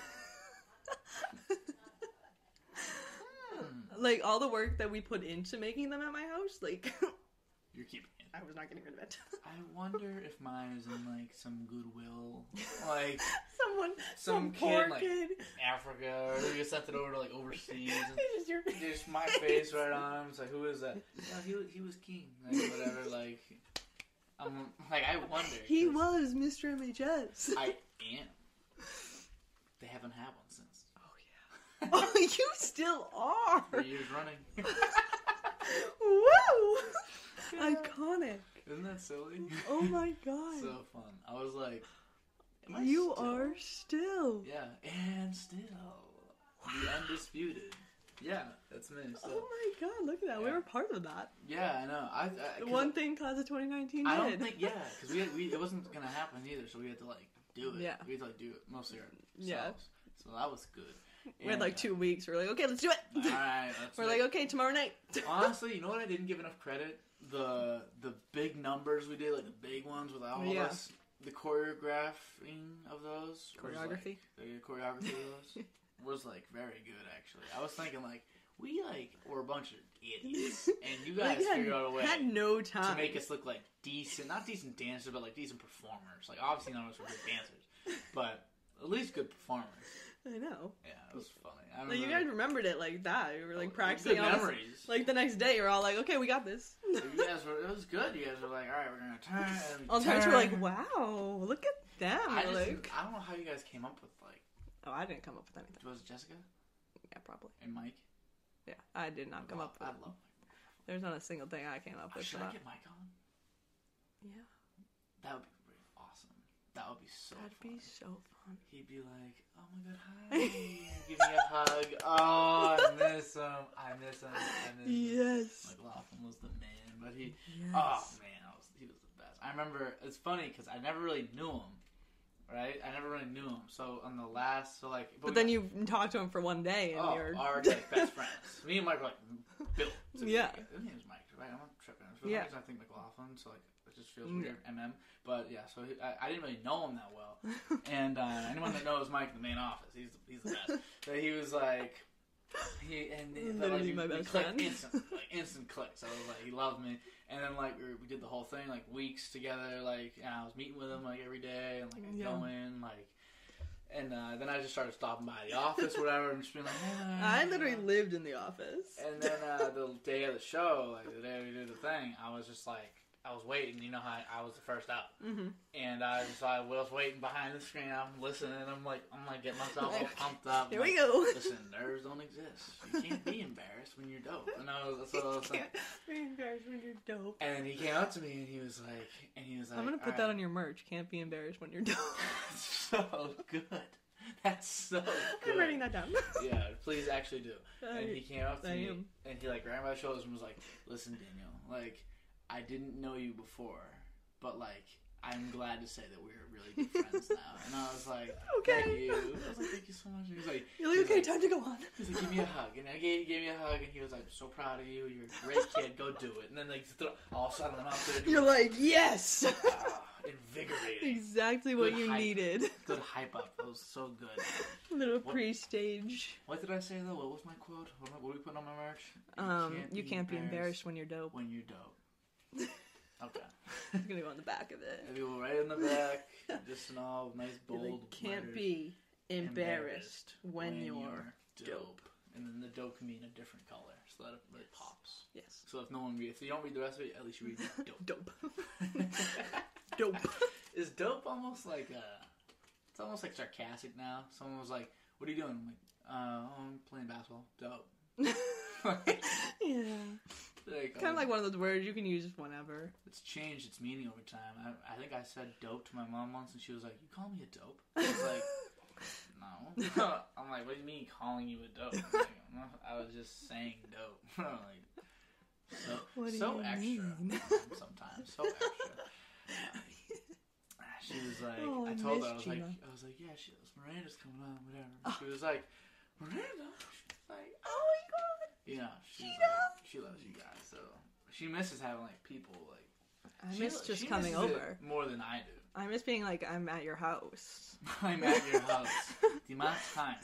[SPEAKER 1] Hmm.
[SPEAKER 2] like all the work that we put into making them at my house, like [laughs]
[SPEAKER 1] You're keeping it.
[SPEAKER 2] I was not getting rid of it.
[SPEAKER 1] I wonder if mine is in like some goodwill, like
[SPEAKER 2] [laughs] Someone,
[SPEAKER 1] Some
[SPEAKER 2] some,
[SPEAKER 1] kid,
[SPEAKER 2] poor
[SPEAKER 1] like-
[SPEAKER 2] kid.
[SPEAKER 1] Africa, or they just sent it over to like
[SPEAKER 2] [laughs]
[SPEAKER 1] overseas. And-
[SPEAKER 2] It's just your
[SPEAKER 1] just my face right on him. It's like, who is that? Yeah, he he was king, like whatever. Like, I'm like I wonder.
[SPEAKER 2] He
[SPEAKER 1] 'cause
[SPEAKER 2] was Mr. MHS.
[SPEAKER 1] I am. They haven't had one since.
[SPEAKER 2] [laughs] Oh yeah. [laughs] [laughs] oh, you still are.
[SPEAKER 1] Three years running.
[SPEAKER 2] Woo!
[SPEAKER 1] [laughs] Yeah.
[SPEAKER 2] Iconic.
[SPEAKER 1] Isn't that silly?
[SPEAKER 2] Oh my
[SPEAKER 1] [laughs]
[SPEAKER 2] god.
[SPEAKER 1] so fun. I was like, am I
[SPEAKER 2] you
[SPEAKER 1] still-
[SPEAKER 2] are still.
[SPEAKER 1] Yeah, and still. The undisputed. Yeah, that's me.
[SPEAKER 2] Oh
[SPEAKER 1] So,
[SPEAKER 2] my god, look at that. We
[SPEAKER 1] Yeah.
[SPEAKER 2] were part of that.
[SPEAKER 1] yeah, I know. I, I,
[SPEAKER 2] The
[SPEAKER 1] 'cause
[SPEAKER 2] one thing class of 2019
[SPEAKER 1] I
[SPEAKER 2] did.
[SPEAKER 1] don't think, yeah, because we, had- we, it wasn't going to happen either, so we had to, like, do it.
[SPEAKER 2] Yeah.
[SPEAKER 1] We had to, like, do it mostly ourselves.
[SPEAKER 2] Yeah.
[SPEAKER 1] So that was good.
[SPEAKER 2] we had
[SPEAKER 1] And,
[SPEAKER 2] like two weeks. We are like, okay, let's do
[SPEAKER 1] uh, [laughs]
[SPEAKER 2] it.
[SPEAKER 1] All right, let's
[SPEAKER 2] [laughs] we're
[SPEAKER 1] make-
[SPEAKER 2] like, okay, tomorrow night. [laughs]
[SPEAKER 1] Honestly, you know what? I didn't give enough credit the the big numbers we did, like the big ones with all
[SPEAKER 2] Yeah.
[SPEAKER 1] of us. The choreographing of those, was, like,
[SPEAKER 2] Choreography.
[SPEAKER 1] the choreography of
[SPEAKER 2] [laughs]
[SPEAKER 1] those was like very good. Actually, I was thinking like we like were a bunch of
[SPEAKER 2] [laughs]
[SPEAKER 1] idiots, and you guys
[SPEAKER 2] Like, had,
[SPEAKER 1] figured out a way
[SPEAKER 2] had no
[SPEAKER 1] to
[SPEAKER 2] time.
[SPEAKER 1] make us look like decent, not decent dancers, but like decent performers. Like obviously none of us were good dancers, but at least good performers.
[SPEAKER 2] I know.
[SPEAKER 1] Yeah, it was funny. I Oh,
[SPEAKER 2] Like, you guys remembered it like that. We were like practicing.
[SPEAKER 1] good
[SPEAKER 2] all this-
[SPEAKER 1] memories.
[SPEAKER 2] Like the next day, you're all like, okay, we got this. [laughs]
[SPEAKER 1] you guys were it was good. You guys were like, all right, we're gonna turn. And we
[SPEAKER 2] All the times we're like,
[SPEAKER 1] turn."
[SPEAKER 2] wow, look at them.
[SPEAKER 1] I
[SPEAKER 2] We're
[SPEAKER 1] just,
[SPEAKER 2] like,
[SPEAKER 1] I don't know how you guys came up with like
[SPEAKER 2] oh, I didn't come up with anything.
[SPEAKER 1] was it Jessica
[SPEAKER 2] Yeah, probably.
[SPEAKER 1] and Mike.
[SPEAKER 2] Yeah, I did not come
[SPEAKER 1] Oh,
[SPEAKER 2] up with.
[SPEAKER 1] I love.
[SPEAKER 2] There's not a single thing I came up
[SPEAKER 1] Mike.
[SPEAKER 2] with.
[SPEAKER 1] Should
[SPEAKER 2] for
[SPEAKER 1] I get
[SPEAKER 2] that.
[SPEAKER 1] Mike on?
[SPEAKER 2] Yeah,
[SPEAKER 1] That would be really awesome. That would be so.
[SPEAKER 2] that'd
[SPEAKER 1] fun.
[SPEAKER 2] be so fun.
[SPEAKER 1] He'd be like, oh my god, hi, [laughs] give me a [laughs] hug. Oh, I [laughs] miss him. I miss him. I miss him.
[SPEAKER 2] Yes.
[SPEAKER 1] McLaughlin was the man, but he.
[SPEAKER 2] yes.
[SPEAKER 1] Oh man, I was, he was the best. I remember it's funny because I never really knew him, right? I never really knew him. So on the last, so like,
[SPEAKER 2] But
[SPEAKER 1] we-
[SPEAKER 2] then you talked to him for one day, and
[SPEAKER 1] oh,
[SPEAKER 2] you're
[SPEAKER 1] our like, [laughs] best friends. Me and Mike were like built. To be
[SPEAKER 2] Yeah.
[SPEAKER 1] together. His name's Mike, right? I'm not tripping. For some
[SPEAKER 2] Yeah.
[SPEAKER 1] reason, I think McLaughlin. So like, It just feels weird, MM. But yeah, so he, I, I didn't really know him that well. And uh, anyone that knows Mike, the main office, he's the, he's the best. So he was like, he and he- but, like,
[SPEAKER 2] Literally my
[SPEAKER 1] we
[SPEAKER 2] best
[SPEAKER 1] clicked
[SPEAKER 2] friend.
[SPEAKER 1] Instant, like instant clicks. I was like, he loved me, and then like we, were- we did the whole thing like weeks together. Like and I was meeting with him like every day, and like I'd go in like. And uh, then I just started stopping by the office, whatever, and just being like, "Hey,
[SPEAKER 2] [laughs] [laughs] I
[SPEAKER 1] man."
[SPEAKER 2] literally lived in the office.
[SPEAKER 1] Uh, And then
[SPEAKER 2] [laughs]
[SPEAKER 1] uh, the day of the show, like the day we did the thing, I was just like, I was waiting. You know how I, I was the first out,
[SPEAKER 2] hmm
[SPEAKER 1] and I was like, Will's waiting behind the screen. I'm listening. I'm like, I'm like getting myself all pumped up.
[SPEAKER 2] Here we
[SPEAKER 1] like,
[SPEAKER 2] go. [laughs]
[SPEAKER 1] Listen, nerves don't exist. You can't be embarrassed when you're dope. And I was, that's what I was
[SPEAKER 2] [laughs]
[SPEAKER 1] saying.
[SPEAKER 2] Can't be embarrassed when you're dope.
[SPEAKER 1] And he came up to me and he was like, and he was like, Oh,
[SPEAKER 2] I'm gonna put
[SPEAKER 1] "All
[SPEAKER 2] that
[SPEAKER 1] right."
[SPEAKER 2] on your merch. Can't be embarrassed when
[SPEAKER 1] [laughs]
[SPEAKER 2] you're dope.
[SPEAKER 1] so good. That's so good.
[SPEAKER 2] [laughs] I'm writing that down. [laughs]
[SPEAKER 1] Yeah, please actually do. and he came up to
[SPEAKER 2] I
[SPEAKER 1] me
[SPEAKER 2] am.
[SPEAKER 1] and he like ran by the shoulders and was like, "Listen, Daniel, like I didn't know you before, but like I'm glad to say that we're really good
[SPEAKER 2] [laughs]
[SPEAKER 1] friends now." And I was like,
[SPEAKER 2] Okay.
[SPEAKER 1] "Thank you." I was like, "Thank you so much." And he was like,
[SPEAKER 2] You're like,
[SPEAKER 1] He's
[SPEAKER 2] okay,
[SPEAKER 1] like-
[SPEAKER 2] time to go on.
[SPEAKER 1] he was like, "Give me a hug," and I gave, he gave me a hug, and he was like, "So proud of you. You're a great kid. Go do it." And then like throw, all of a sudden I'm out there. and
[SPEAKER 2] [laughs] You're like,
[SPEAKER 1] [laughs]
[SPEAKER 2] yes!
[SPEAKER 1] ah, invigorating.
[SPEAKER 2] [laughs] exactly what
[SPEAKER 1] Good
[SPEAKER 2] you
[SPEAKER 1] hype.
[SPEAKER 2] needed.
[SPEAKER 1] Good hype up. That was so good.
[SPEAKER 2] A [laughs] little
[SPEAKER 1] What-
[SPEAKER 2] pre stage.
[SPEAKER 1] What did I say though? What was my quote? What, am I- what are we putting on my merch?
[SPEAKER 2] Um, you can't be embarrassed when
[SPEAKER 1] [laughs]
[SPEAKER 2] you're dope. [laughs]
[SPEAKER 1] when you're dope. Okay.
[SPEAKER 2] It's gonna go on the back of it.
[SPEAKER 1] Maybe we'll write in the
[SPEAKER 2] [laughs]
[SPEAKER 1] back, just an all nice
[SPEAKER 2] You're
[SPEAKER 1] bold.
[SPEAKER 2] like, can't
[SPEAKER 1] letters.
[SPEAKER 2] be embarrassed when, you're,
[SPEAKER 1] dope. And then the dope can be in a different color, so that it really
[SPEAKER 2] Yes.
[SPEAKER 1] pops.
[SPEAKER 2] yes
[SPEAKER 1] So if no one reads, if you don't read the rest of it, at least
[SPEAKER 2] [laughs]
[SPEAKER 1] you read dope.
[SPEAKER 2] dope [laughs]
[SPEAKER 1] [laughs]
[SPEAKER 2] dope.
[SPEAKER 1] Is dope almost like uh It's almost like sarcastic now. Someone was like, "What are you doing?" I'm like, "Uh, oh, I'm playing basketball." Dope. [laughs]
[SPEAKER 2] yeah,
[SPEAKER 1] like,
[SPEAKER 2] kind
[SPEAKER 1] um,
[SPEAKER 2] of like one of those words you can use whenever.
[SPEAKER 1] It's changed its meaning over time. I, I think I said dope to my mom once, and she was like, "You call me a dope?" I was like, "No." [laughs] I'm like, "What do you mean calling you
[SPEAKER 2] [laughs]
[SPEAKER 1] a dope?" I'm like, "No, I was just saying dope. [laughs] I'm like, so
[SPEAKER 2] What do
[SPEAKER 1] so
[SPEAKER 2] you
[SPEAKER 1] extra
[SPEAKER 2] mean?
[SPEAKER 1] [laughs] sometimes. So extra.
[SPEAKER 2] [laughs]
[SPEAKER 1] She was like,
[SPEAKER 2] Oh, I
[SPEAKER 1] I told her, I
[SPEAKER 2] missed
[SPEAKER 1] was
[SPEAKER 2] you,
[SPEAKER 1] like,
[SPEAKER 2] Mom.
[SPEAKER 1] I was like, yeah, she was Miranda's coming on, whatever.
[SPEAKER 2] Oh.
[SPEAKER 1] She was like, Miranda. She's like,
[SPEAKER 2] Oh
[SPEAKER 1] you know, she's
[SPEAKER 2] She
[SPEAKER 1] like-
[SPEAKER 2] does.
[SPEAKER 1] she loves you guys, so she misses having like people like.
[SPEAKER 2] my god! I
[SPEAKER 1] She-
[SPEAKER 2] miss just
[SPEAKER 1] she
[SPEAKER 2] coming
[SPEAKER 1] misses it
[SPEAKER 2] over.
[SPEAKER 1] more than I do. [laughs]
[SPEAKER 2] I miss being like I'm at your house.
[SPEAKER 1] I'm at your house. The amount of time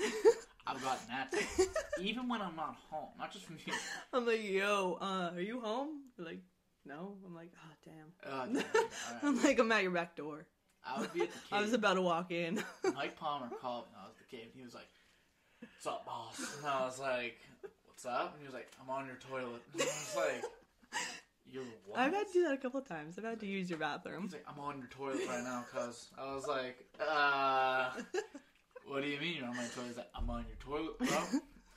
[SPEAKER 1] I've gotten that, even when I'm not home, not just from you.
[SPEAKER 2] [laughs] I'm like, yo, uh, are you home? They're like, no. I'm like, oh damn.
[SPEAKER 1] [laughs] [laughs] Oh, damn.
[SPEAKER 2] [laughs]
[SPEAKER 1] All right.
[SPEAKER 2] I'm like, I'm at your back door.
[SPEAKER 1] [laughs] I would be at the cave.
[SPEAKER 2] [laughs] I was about to
[SPEAKER 1] [laughs]
[SPEAKER 2] walk in.
[SPEAKER 1] Mike Palmer called me. I was at the cave, and he was like, "What's up, boss?" And I was like, "What's up?" And he was like, "I'm on your toilet." And I was like, "You're what?"
[SPEAKER 2] I've had to do that a couple of times. I've had to use your bathroom.
[SPEAKER 1] He's like, "I'm on your toilet right now, cuz." I was like, "Uh."
[SPEAKER 2] [laughs]
[SPEAKER 1] What do you mean you're on my toilet? He's like, I'm on your toilet, bro.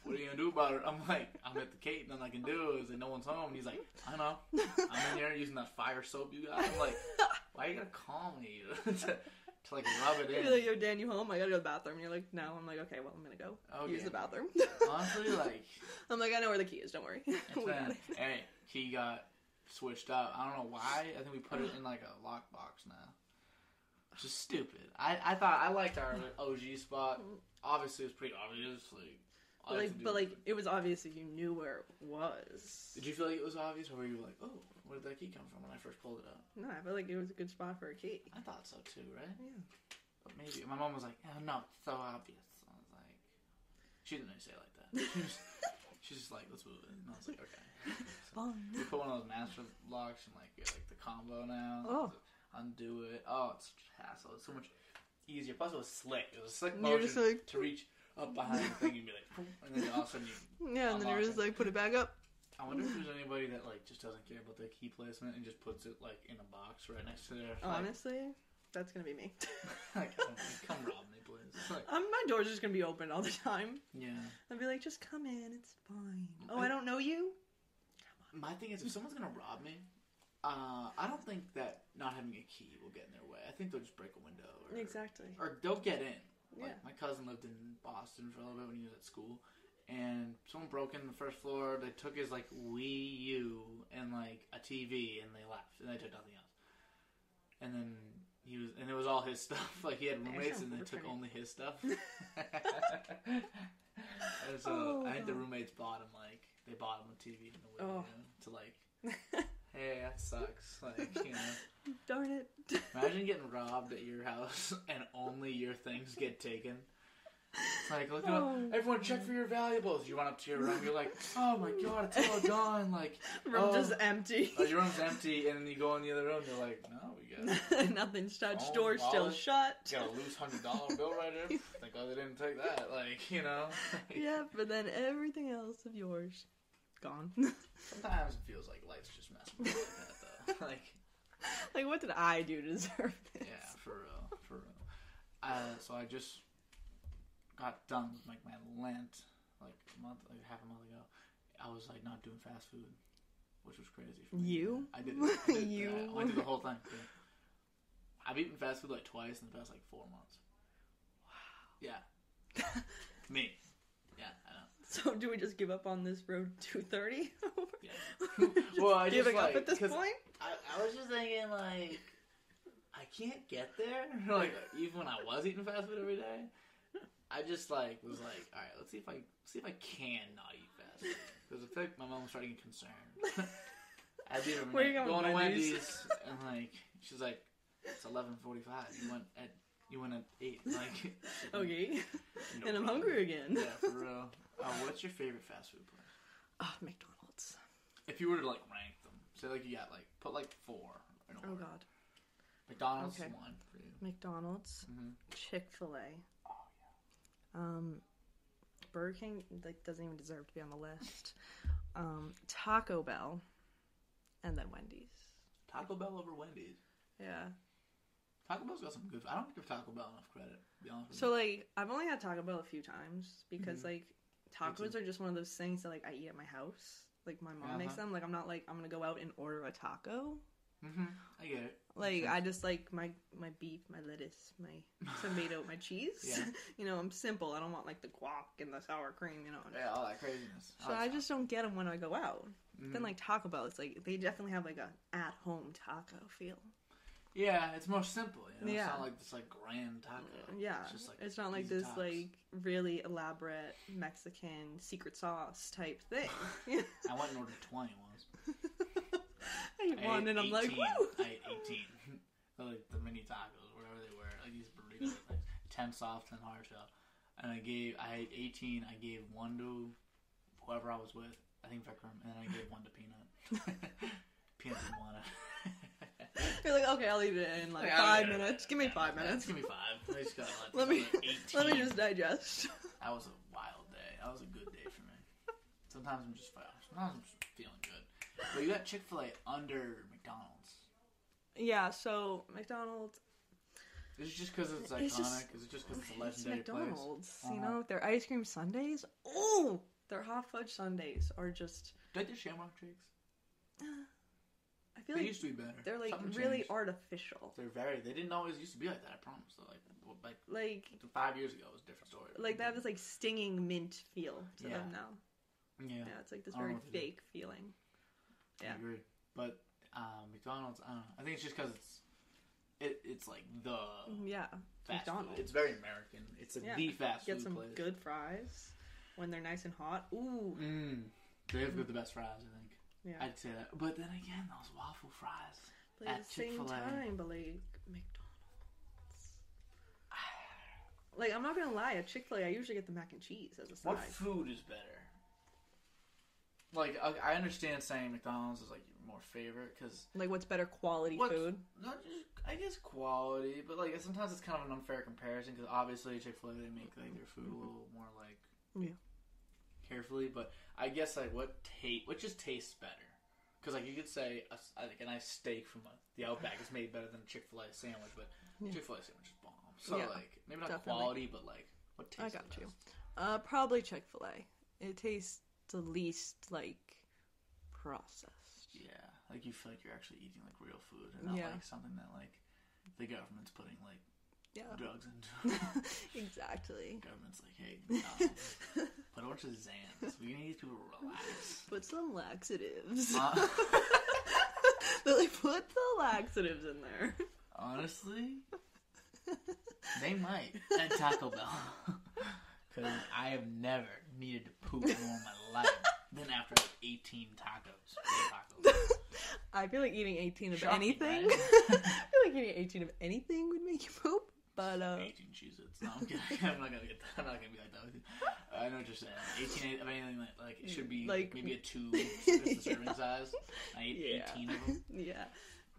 [SPEAKER 1] What are you gonna do about it? I'm like, I'm at the cave, nothing I can do. Is that no one's home? And he's like, I know. I'm in here using that fire soap you got. I'm like, why you gotta call me [laughs] to, to like rub it
[SPEAKER 2] [laughs] You're like,
[SPEAKER 1] in?
[SPEAKER 2] yo, Dan, you home? I gotta go to the bathroom. You're like, no. I'm like, okay, well, I'm gonna go
[SPEAKER 1] Okay.
[SPEAKER 2] use the bathroom.
[SPEAKER 1] Oh,
[SPEAKER 2] [laughs]
[SPEAKER 1] Honestly, like,
[SPEAKER 2] I'm like, I know where the key is. Don't worry. [laughs]
[SPEAKER 1] it's been, hey, he got switched up. I don't know why. I think we put it in like a lockbox now. Which is stupid. I, I thought I liked our OG spot. Obviously, it was pretty obvious. Like, all
[SPEAKER 2] But
[SPEAKER 1] you have
[SPEAKER 2] like,
[SPEAKER 1] to do
[SPEAKER 2] but
[SPEAKER 1] is
[SPEAKER 2] like, it was obvious that you knew where it was.
[SPEAKER 1] Did you feel like it was obvious, or were you like, oh, where did that key come from when I first pulled it up?
[SPEAKER 2] No, I felt like it was a good spot for a key.
[SPEAKER 1] [laughs] I thought so too, right?
[SPEAKER 2] Yeah.
[SPEAKER 1] But maybe. My mom was like, oh, no, it's so obvious. I was like, she didn't really say it like that.
[SPEAKER 2] [laughs]
[SPEAKER 1] [laughs] She was, she's just like, let's move it. And I was like, okay. So we put one of those master locks and like, get, like the combo now.
[SPEAKER 2] Oh.
[SPEAKER 1] Undo it. Oh, it's such a hassle. It's so much easier. Plus, it was slick. It was a slick
[SPEAKER 2] You're
[SPEAKER 1] motion
[SPEAKER 2] just like,
[SPEAKER 1] to reach up behind the thing and be like, and then all of a sudden you
[SPEAKER 2] yeah, and then you're just like, put it back up.
[SPEAKER 1] [laughs] I wonder if there's anybody that like just doesn't care about their key placement and just puts it like in a box right next to their.
[SPEAKER 2] Oh,
[SPEAKER 1] Like,
[SPEAKER 2] Honestly, that's gonna be me. [laughs]
[SPEAKER 1] [laughs] like, oh, come rob me, please. It's like,
[SPEAKER 2] Um, my door's just gonna be open all the [laughs] time.
[SPEAKER 1] yeah.
[SPEAKER 2] I'd be like, just come in, it's fine.
[SPEAKER 1] Mm,
[SPEAKER 2] Oh, I don't know you.
[SPEAKER 1] My thing is, if someone's gonna rob me, uh, I don't think that not having a key will get in their way. I think they'll just break a window. Or,
[SPEAKER 2] Exactly.
[SPEAKER 1] [laughs]
[SPEAKER 2] [laughs]
[SPEAKER 1] Or they'll get in. Like
[SPEAKER 2] Yeah.
[SPEAKER 1] my cousin lived in Boston for a little bit when he was at school, and someone broke in the first floor. They took his like Wii U and like a TV, and they left, and they took nothing else. And then he was, and it was all his [laughs] stuff. Like he had
[SPEAKER 2] There's
[SPEAKER 1] roommates,
[SPEAKER 2] no
[SPEAKER 1] and they
[SPEAKER 2] word for
[SPEAKER 1] took
[SPEAKER 2] it.
[SPEAKER 1] only his
[SPEAKER 2] [laughs]
[SPEAKER 1] stuff. [laughs] and so
[SPEAKER 2] Oh,
[SPEAKER 1] I think the
[SPEAKER 2] God.
[SPEAKER 1] roommates bought him like they bought him a TV and a Wii
[SPEAKER 2] Oh.
[SPEAKER 1] U to like. hey, that sucks. Like, you
[SPEAKER 2] [laughs]
[SPEAKER 1] know,
[SPEAKER 2] Darn it. [laughs]
[SPEAKER 1] imagine getting robbed at your house [laughs] and only your things get taken. It's like, look,
[SPEAKER 2] Oh.
[SPEAKER 1] up, everyone check for your valuables. You run up to your room, you're
[SPEAKER 2] [laughs]
[SPEAKER 1] like, oh my god, it's all gone. Like,
[SPEAKER 2] Room
[SPEAKER 1] Oh.
[SPEAKER 2] just empty.
[SPEAKER 1] oh, your room's empty, and then you go in the other room, you're like, no, we got
[SPEAKER 2] [laughs] Nothing's touched.
[SPEAKER 1] Phone,
[SPEAKER 2] Door's still
[SPEAKER 1] wallet.
[SPEAKER 2] shut.
[SPEAKER 1] got a loose hundred dollar bill
[SPEAKER 2] [laughs]
[SPEAKER 1] right here. Thank God they didn't take that. Like, you know.
[SPEAKER 2] yeah, but then everything else of yours gone. [laughs]
[SPEAKER 1] Sometimes it feels like life's just messing with you like that, though. [laughs] Like,
[SPEAKER 2] like, what did I do to deserve this? [laughs]
[SPEAKER 1] yeah, for real, for real. Uh, so I just got done with like my Lent, like a month, like half a month ago. I was like not doing fast food, which was crazy for me.
[SPEAKER 2] You?
[SPEAKER 1] I did. it.
[SPEAKER 2] [laughs]
[SPEAKER 1] I did
[SPEAKER 2] You?
[SPEAKER 1] that. I went through the whole thing. yeah. I've eaten fast food like twice in the past like four months. Wow. Yeah. me. Yeah, I know.
[SPEAKER 2] [laughs] So, do we just give up on this road [laughs] 230?
[SPEAKER 1] Yeah.
[SPEAKER 2] Just
[SPEAKER 1] Well, I just,
[SPEAKER 2] giving
[SPEAKER 1] like,
[SPEAKER 2] up at this
[SPEAKER 1] 'cause- [laughs]
[SPEAKER 2] point? [laughs]
[SPEAKER 1] I, I was just thinking like I can't get there. [laughs] Like even when I was eating fast food every day, I just like was like, all right, let's see if I see if I can not eat fast food because I feel like my mom was starting to get concerned. I'd be
[SPEAKER 2] [laughs] Where you going,
[SPEAKER 1] going to
[SPEAKER 2] Wendy's?
[SPEAKER 1] Wendy's and like she's like, it's eleven forty five. You went at you went at eight.
[SPEAKER 2] [laughs]
[SPEAKER 1] Like
[SPEAKER 2] Okay.
[SPEAKER 1] no
[SPEAKER 2] and I'm
[SPEAKER 1] problem.
[SPEAKER 2] hungry again.
[SPEAKER 1] Yeah,
[SPEAKER 2] [laughs]
[SPEAKER 1] for real. Uh, what's your favorite fast food place?
[SPEAKER 2] Oh, McDonald's.
[SPEAKER 1] If you were to like rank them, say like you got like put like four. In
[SPEAKER 2] Oh,
[SPEAKER 1] order.
[SPEAKER 2] God.
[SPEAKER 1] McDonald's
[SPEAKER 2] Okay.
[SPEAKER 1] is one for you.
[SPEAKER 2] McDonald's,
[SPEAKER 1] Mhm.
[SPEAKER 2] Chick fil A.
[SPEAKER 1] Oh,
[SPEAKER 2] Um, Burger King like doesn't even deserve to be on the list. Um, Taco Bell, and then Wendy's.
[SPEAKER 1] Taco Bell over Wendy's.
[SPEAKER 2] Yeah.
[SPEAKER 1] Taco Bell's got some good. I don't give Taco Bell enough credit. To be honest with
[SPEAKER 2] So like I've only had Taco Bell a few times because
[SPEAKER 1] Mhm.
[SPEAKER 2] like
[SPEAKER 1] Me
[SPEAKER 2] tacos are just one of those things that like I eat at my house. Like my mom makes
[SPEAKER 1] Uh-huh.
[SPEAKER 2] them. Like I'm not like I'm gonna go out and order a taco.
[SPEAKER 1] you. hmm I get it.
[SPEAKER 2] Like
[SPEAKER 1] sense.
[SPEAKER 2] I just like my my beef, my lettuce, my tomato,
[SPEAKER 1] [laughs]
[SPEAKER 2] my cheese.
[SPEAKER 1] Yeah.
[SPEAKER 2] [laughs] you know, I'm simple. I don't want like the guac and the sour cream. You know.
[SPEAKER 1] Yeah, all that craziness.
[SPEAKER 2] So I just don't get them when I go out.
[SPEAKER 1] Mhm.
[SPEAKER 2] Then like Taco Bell, it's like they definitely have like a at home taco feel.
[SPEAKER 1] yeah, it's more simple. You know?
[SPEAKER 2] Yeah. Mm,
[SPEAKER 1] It's not like this like grand taco.
[SPEAKER 2] Yeah,
[SPEAKER 1] it's just like
[SPEAKER 2] it's not like
[SPEAKER 1] easy
[SPEAKER 2] this
[SPEAKER 1] tacos.
[SPEAKER 2] like really elaborate Mexican secret sauce type
[SPEAKER 1] [laughs]
[SPEAKER 2] thing. [laughs] I
[SPEAKER 1] I went and ordered twenty
[SPEAKER 2] [laughs]
[SPEAKER 1] once.
[SPEAKER 2] ate
[SPEAKER 1] I
[SPEAKER 2] one
[SPEAKER 1] ate
[SPEAKER 2] and I'm like,
[SPEAKER 1] 18.
[SPEAKER 2] woo!
[SPEAKER 1] I ate eighteen. [laughs] They're like the mini tacos, whatever they were, like these burrito things, ten soft, ten hard shell. And I gave, I ate eighteen. I gave one to whoever I was with. I think Vikram, and then I gave one to Peanut. [laughs] Peanut didn't [laughs] want it.
[SPEAKER 2] [laughs] You're like, okay, I'll eat it in like
[SPEAKER 1] Like, I don't
[SPEAKER 2] five
[SPEAKER 1] get it.
[SPEAKER 2] minutes. Give me
[SPEAKER 1] Yeah,
[SPEAKER 2] five
[SPEAKER 1] yeah, [laughs]
[SPEAKER 2] minutes. [laughs]
[SPEAKER 1] Give me five. I just got like,
[SPEAKER 2] Let me-
[SPEAKER 1] like, 18.
[SPEAKER 2] Let me just digest. [laughs]
[SPEAKER 1] That was a wild day. That was a good day for me. Sometimes I'm just fire. Sometimes I'm just feeling good. But you got Chick Fil A under McDonald's.
[SPEAKER 2] yeah, so McDonald's,
[SPEAKER 1] Is it just because it's iconic?
[SPEAKER 2] It's just-
[SPEAKER 1] Is it just because it's a
[SPEAKER 2] it's
[SPEAKER 1] legendary place?
[SPEAKER 2] McDonald's. You
[SPEAKER 1] Uh-huh.
[SPEAKER 2] know, their ice cream sundaes. Oh, their hot fudge sundaes are just.
[SPEAKER 1] Do like the Shamrock Shakes?
[SPEAKER 2] I feel
[SPEAKER 1] They
[SPEAKER 2] like
[SPEAKER 1] used to be better.
[SPEAKER 2] they're like
[SPEAKER 1] Something
[SPEAKER 2] really
[SPEAKER 1] changed.
[SPEAKER 2] artificial.
[SPEAKER 1] They're very. They didn't always used to be like that. I promise. Though, like w- like
[SPEAKER 2] Like
[SPEAKER 1] five years ago, it was a different story.
[SPEAKER 2] like they have this like stinging mint feel to them
[SPEAKER 1] Yeah.
[SPEAKER 2] now.
[SPEAKER 1] Yeah,
[SPEAKER 2] Yeah, it's like this
[SPEAKER 1] I don't
[SPEAKER 2] very
[SPEAKER 1] know what to do.
[SPEAKER 2] fake feeling. yeah.
[SPEAKER 1] I agree. But um, McDonald's. I don't know. I think it's just because it's it, it's like the
[SPEAKER 2] Yeah,
[SPEAKER 1] fast food.
[SPEAKER 2] Mm-hmm. McDonald's.
[SPEAKER 1] It's very American. It's like
[SPEAKER 2] Yeah.
[SPEAKER 1] the fast
[SPEAKER 2] get
[SPEAKER 1] food
[SPEAKER 2] some
[SPEAKER 1] place.
[SPEAKER 2] good fries when they're nice and hot. Ooh,
[SPEAKER 1] Mm. They have got the best fries, I think.
[SPEAKER 2] yeah.
[SPEAKER 1] I'd say that. But then again, those waffle fries.
[SPEAKER 2] but at
[SPEAKER 1] at
[SPEAKER 2] the same
[SPEAKER 1] Chick-fil-A.
[SPEAKER 2] time, but like McDonald's. Like I'm not gonna lie, at Chick Fil A, I usually get the mac and cheese as a side.
[SPEAKER 1] What food is better? Like I, I understand saying McDonald's is like your more favorite because
[SPEAKER 2] like what's better quality
[SPEAKER 1] What-
[SPEAKER 2] food?
[SPEAKER 1] not just I guess quality, but like sometimes it's kind of an unfair comparison because obviously Chick Fil A they make like their food a little more like
[SPEAKER 2] Mm-hmm. Yeah.
[SPEAKER 1] carefully, but I guess like what taste what just tastes better because like you could say a s like a nice steak from a, the Outback is made better than Chick Fil A sandwich, but
[SPEAKER 2] Yeah.
[SPEAKER 1] Chick Fil A sandwich is bomb. So
[SPEAKER 2] Yeah,
[SPEAKER 1] like maybe not
[SPEAKER 2] definitely.
[SPEAKER 1] quality, but like what tastes.
[SPEAKER 2] got
[SPEAKER 1] the
[SPEAKER 2] you.
[SPEAKER 1] best.
[SPEAKER 2] Uh, probably Chick Fil A. It tastes the least like processed.
[SPEAKER 1] Yeah, like you feel like you're actually eating like real food and not
[SPEAKER 2] Yeah.
[SPEAKER 1] like something that like the government's putting like
[SPEAKER 2] Yeah,
[SPEAKER 1] drugs into. [laughs]
[SPEAKER 2] [laughs] exactly.
[SPEAKER 1] government's like, hey, McDonald's, put a bunch of Zans. We need these people to relax.
[SPEAKER 2] [laughs] Put some laxatives. [laughs]
[SPEAKER 1] Uh,
[SPEAKER 2] they like put the laxatives in there. [laughs]
[SPEAKER 1] honestly, they might at Taco Bell [laughs] because I have never needed to poop more in my life than after like 18 tacos. Four tacos.
[SPEAKER 2] I feel like eating 18 of
[SPEAKER 1] Shocking,
[SPEAKER 2] anything. [laughs]
[SPEAKER 1] right?
[SPEAKER 2] I feel like eating 18 of anything would make you poop. But uh,
[SPEAKER 1] 18 cheez No, I'm kidding. [laughs] I'm not gonna get that. I'm not gonna be like that with you. I know what you're saying. 18 of anything like, like it should be
[SPEAKER 2] Like-
[SPEAKER 1] maybe a
[SPEAKER 2] [laughs]
[SPEAKER 1] two. That's the serving
[SPEAKER 2] Yeah.
[SPEAKER 1] size. I ate
[SPEAKER 2] Yeah.
[SPEAKER 1] 18 of them.
[SPEAKER 2] [laughs] yeah,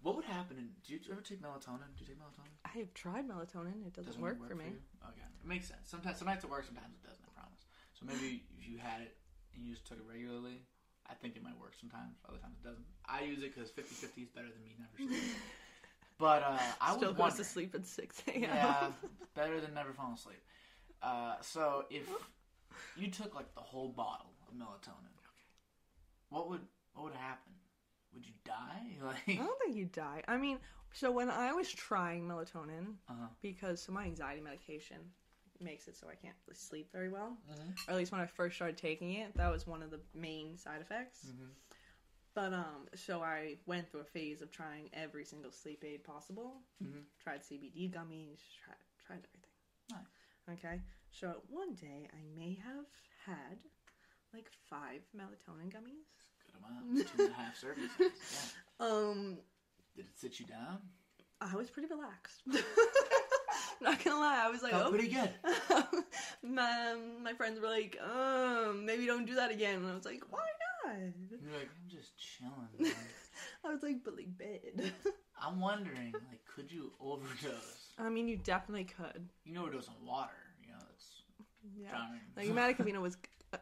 [SPEAKER 1] What would happen? In, do you ever take melatonin? Do you take melatonin?
[SPEAKER 2] I have tried melatonin. It doesn't, work, for me.
[SPEAKER 1] you? Okay, it makes sense. Sometimes, sometimes it works. Sometimes it doesn't. I promise. So maybe if you had it and you just took it regularly, I think it might work. Sometimes, other times it doesn't. I use it because 50-50 is better than me never
[SPEAKER 2] [laughs]
[SPEAKER 1] sleeping. but uh, I
[SPEAKER 2] Still
[SPEAKER 1] was
[SPEAKER 2] goes
[SPEAKER 1] wondering.
[SPEAKER 2] to sleep at 6 a.m.
[SPEAKER 1] Yeah, [laughs] better than never falling asleep. Uh, so if you took like the whole bottle of melatonin, what would what would happen? Would you die? [laughs] Like,
[SPEAKER 2] [laughs] I don't think you die. I mean, so when I was trying melatonin,
[SPEAKER 1] Uh-huh.
[SPEAKER 2] because so my anxiety medication makes it so I can't really sleep very well.
[SPEAKER 1] Mm-hmm.
[SPEAKER 2] Or at least when I first started taking it, that was one of the main side effects.
[SPEAKER 1] Mhm.
[SPEAKER 2] But um, so I went through a phase of trying every single sleep aid possible.
[SPEAKER 1] Mhm.
[SPEAKER 2] Tried CBD gummies, tried tried everything.
[SPEAKER 1] Nice.
[SPEAKER 2] Okay, so one day I may have had like five melatonin gummies.
[SPEAKER 1] good amount, two and a half
[SPEAKER 2] [laughs]
[SPEAKER 1] servings. Yeah.
[SPEAKER 2] Um,
[SPEAKER 1] Did it sit you down?
[SPEAKER 2] I was pretty relaxed. [laughs] Not gonna lie, I was like,
[SPEAKER 1] Felt
[SPEAKER 2] oh,
[SPEAKER 1] pretty good.
[SPEAKER 2] [laughs] my, my friends were like, um, maybe don't do that again. And I was like, why not? [laughs]
[SPEAKER 1] You're like, I'm just chilling. man."
[SPEAKER 2] I was like, but like, bed. [laughs]
[SPEAKER 1] I'm wondering, like, could you overdose?
[SPEAKER 2] I mean, you definitely could.
[SPEAKER 1] You can overdose on water. You know, that's
[SPEAKER 2] Yeah.
[SPEAKER 1] drowning.
[SPEAKER 2] Like, Maddie Cavino was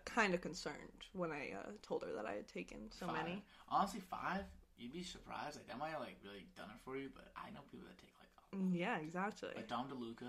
[SPEAKER 2] kind of concerned when I uh, told her that I had taken so
[SPEAKER 1] Five.
[SPEAKER 2] many.
[SPEAKER 1] Honestly, five. You'd be surprised. Like that might have like really done it for you. But I know people that take like
[SPEAKER 2] Yeah, exactly.
[SPEAKER 1] like Dom DeLuca,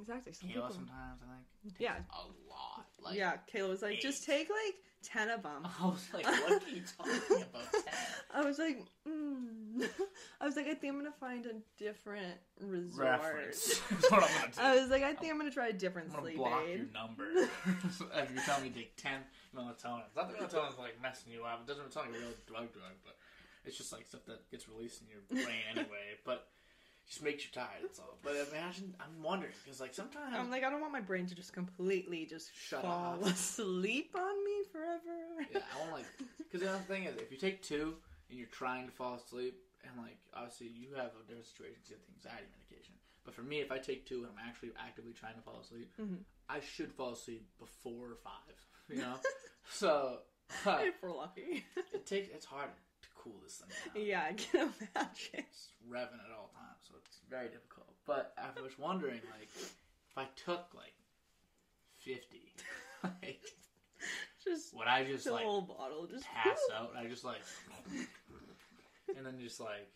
[SPEAKER 2] exactly. Some
[SPEAKER 1] Kayla
[SPEAKER 2] people...
[SPEAKER 1] sometimes. I think takes
[SPEAKER 2] Yeah.
[SPEAKER 1] a lot. Like
[SPEAKER 2] yeah, Kayla was like, just
[SPEAKER 1] eight.
[SPEAKER 2] take like 10 of them.
[SPEAKER 1] [laughs] I was like, what are you talking
[SPEAKER 2] [laughs]
[SPEAKER 1] about?
[SPEAKER 2] I was like, mm. [laughs] I was like, I think I'm gonna find a different resort.
[SPEAKER 1] Reference. [laughs] That's what I'm gonna do.
[SPEAKER 2] [laughs] I was like, I think I'm gonna try a different
[SPEAKER 1] I'm gonna
[SPEAKER 2] sleep
[SPEAKER 1] block your
[SPEAKER 2] aid.
[SPEAKER 1] number. [laughs] if you tell me to take ten melatonin, it's not that melatonin's like messing you up. It doesn't it's not like a real drug drug, but it's just like stuff that gets released in your brain anyway. But it just makes you tired. That's all. But imagine I'm wondering because like sometimes
[SPEAKER 2] I'm like, I don't want my brain to just completely just
[SPEAKER 1] Shut
[SPEAKER 2] fall
[SPEAKER 1] up.
[SPEAKER 2] asleep on me forever.
[SPEAKER 1] [laughs] yeah, I want
[SPEAKER 2] [laughs]
[SPEAKER 1] like because the other thing is if you take two and you're trying to fall asleep and like obviously you have a different situation because you have the anxiety medication. But for me, if I take two and I'm actually actively trying to fall asleep,
[SPEAKER 2] Mhm.
[SPEAKER 1] I should fall asleep before five. [laughs] You know, so.
[SPEAKER 2] [laughs]
[SPEAKER 1] uh,
[SPEAKER 2] if we're lucky.
[SPEAKER 1] It takes. It's hard to cool this thing down.
[SPEAKER 2] yeah, I can [laughs] imagine.
[SPEAKER 1] It's revving at all times, so it's very difficult. But I was wondering, like, if I took like fifty, [laughs] like,
[SPEAKER 2] Just
[SPEAKER 1] would I just
[SPEAKER 2] the
[SPEAKER 1] like
[SPEAKER 2] whole bottle, just
[SPEAKER 1] pass out? I just like, and then just like.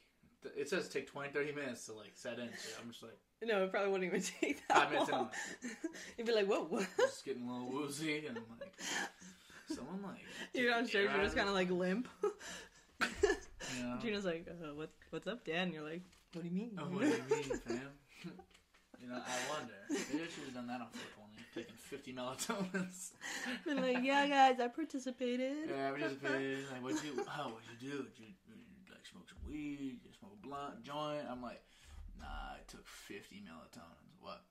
[SPEAKER 1] th- It says take 20, 30 minutes to like set in. So I'm just like
[SPEAKER 2] [laughs] No, it probably wouldn't even [laughs] take
[SPEAKER 1] Five
[SPEAKER 2] that
[SPEAKER 1] minutes in,
[SPEAKER 2] long. [laughs] You'd be like, whoa.
[SPEAKER 1] just getting a little woozy and I'm like someone like
[SPEAKER 2] You're
[SPEAKER 1] took
[SPEAKER 2] not
[SPEAKER 1] the
[SPEAKER 2] sure.
[SPEAKER 1] air
[SPEAKER 2] You're
[SPEAKER 1] out
[SPEAKER 2] just
[SPEAKER 1] of
[SPEAKER 2] kind of like limp. [laughs]
[SPEAKER 1] it, you know?
[SPEAKER 2] Gina's like, uh, what, what's up, Dan? And you're like, what do you mean?
[SPEAKER 1] Uh-huh. Oh, what do you
[SPEAKER 2] [laughs]
[SPEAKER 1] mean, fam? [laughs] you know, I wonder. Maybe I should have done that on 420, taking 50
[SPEAKER 2] [laughs]
[SPEAKER 1] melatonins.
[SPEAKER 2] Been
[SPEAKER 1] [laughs]
[SPEAKER 2] like, yeah, guys, I participated.
[SPEAKER 1] Yeah, I participated. Like, what'd you? Oh, what'd you do? Did you, did you like smoke some weed? Did you smoke a blunt joint? I'm like, nah, I took 50 melatonins. What?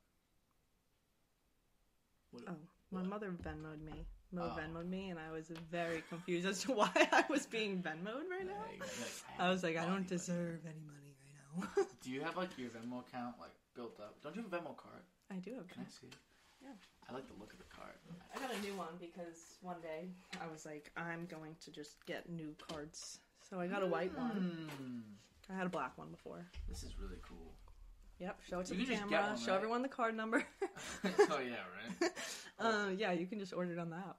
[SPEAKER 1] What?
[SPEAKER 2] Oh, [laughs] my mother Venmoed me. Mo
[SPEAKER 1] Oh.
[SPEAKER 2] Venmoed me, and I was very confused as to [laughs] why I was being Venmoed right now.
[SPEAKER 1] Like, like,
[SPEAKER 2] [laughs] I was like, I
[SPEAKER 1] haven't
[SPEAKER 2] don't
[SPEAKER 1] bought anybody.
[SPEAKER 2] deserve any money right now. [laughs]
[SPEAKER 1] Do you have like your Venmo account like built up? Don't you have a Venmo card?
[SPEAKER 2] I do have.
[SPEAKER 1] Can I see it?
[SPEAKER 2] Yeah.
[SPEAKER 1] I like the look of the card.
[SPEAKER 2] I got a new one because one day I was like, I'm going to just get new cards. So I got a white one.
[SPEAKER 1] Mm,
[SPEAKER 2] I had a black one before.
[SPEAKER 1] this is really
[SPEAKER 2] [laughs]
[SPEAKER 1] cool. [laughs]
[SPEAKER 2] Yep. Show it to
[SPEAKER 1] You
[SPEAKER 2] the
[SPEAKER 1] can just get
[SPEAKER 2] camera.
[SPEAKER 1] one,
[SPEAKER 2] show
[SPEAKER 1] right?
[SPEAKER 2] everyone the card number.
[SPEAKER 1] oh yeah, right.
[SPEAKER 2] uh, yeah, you can just order it on the app.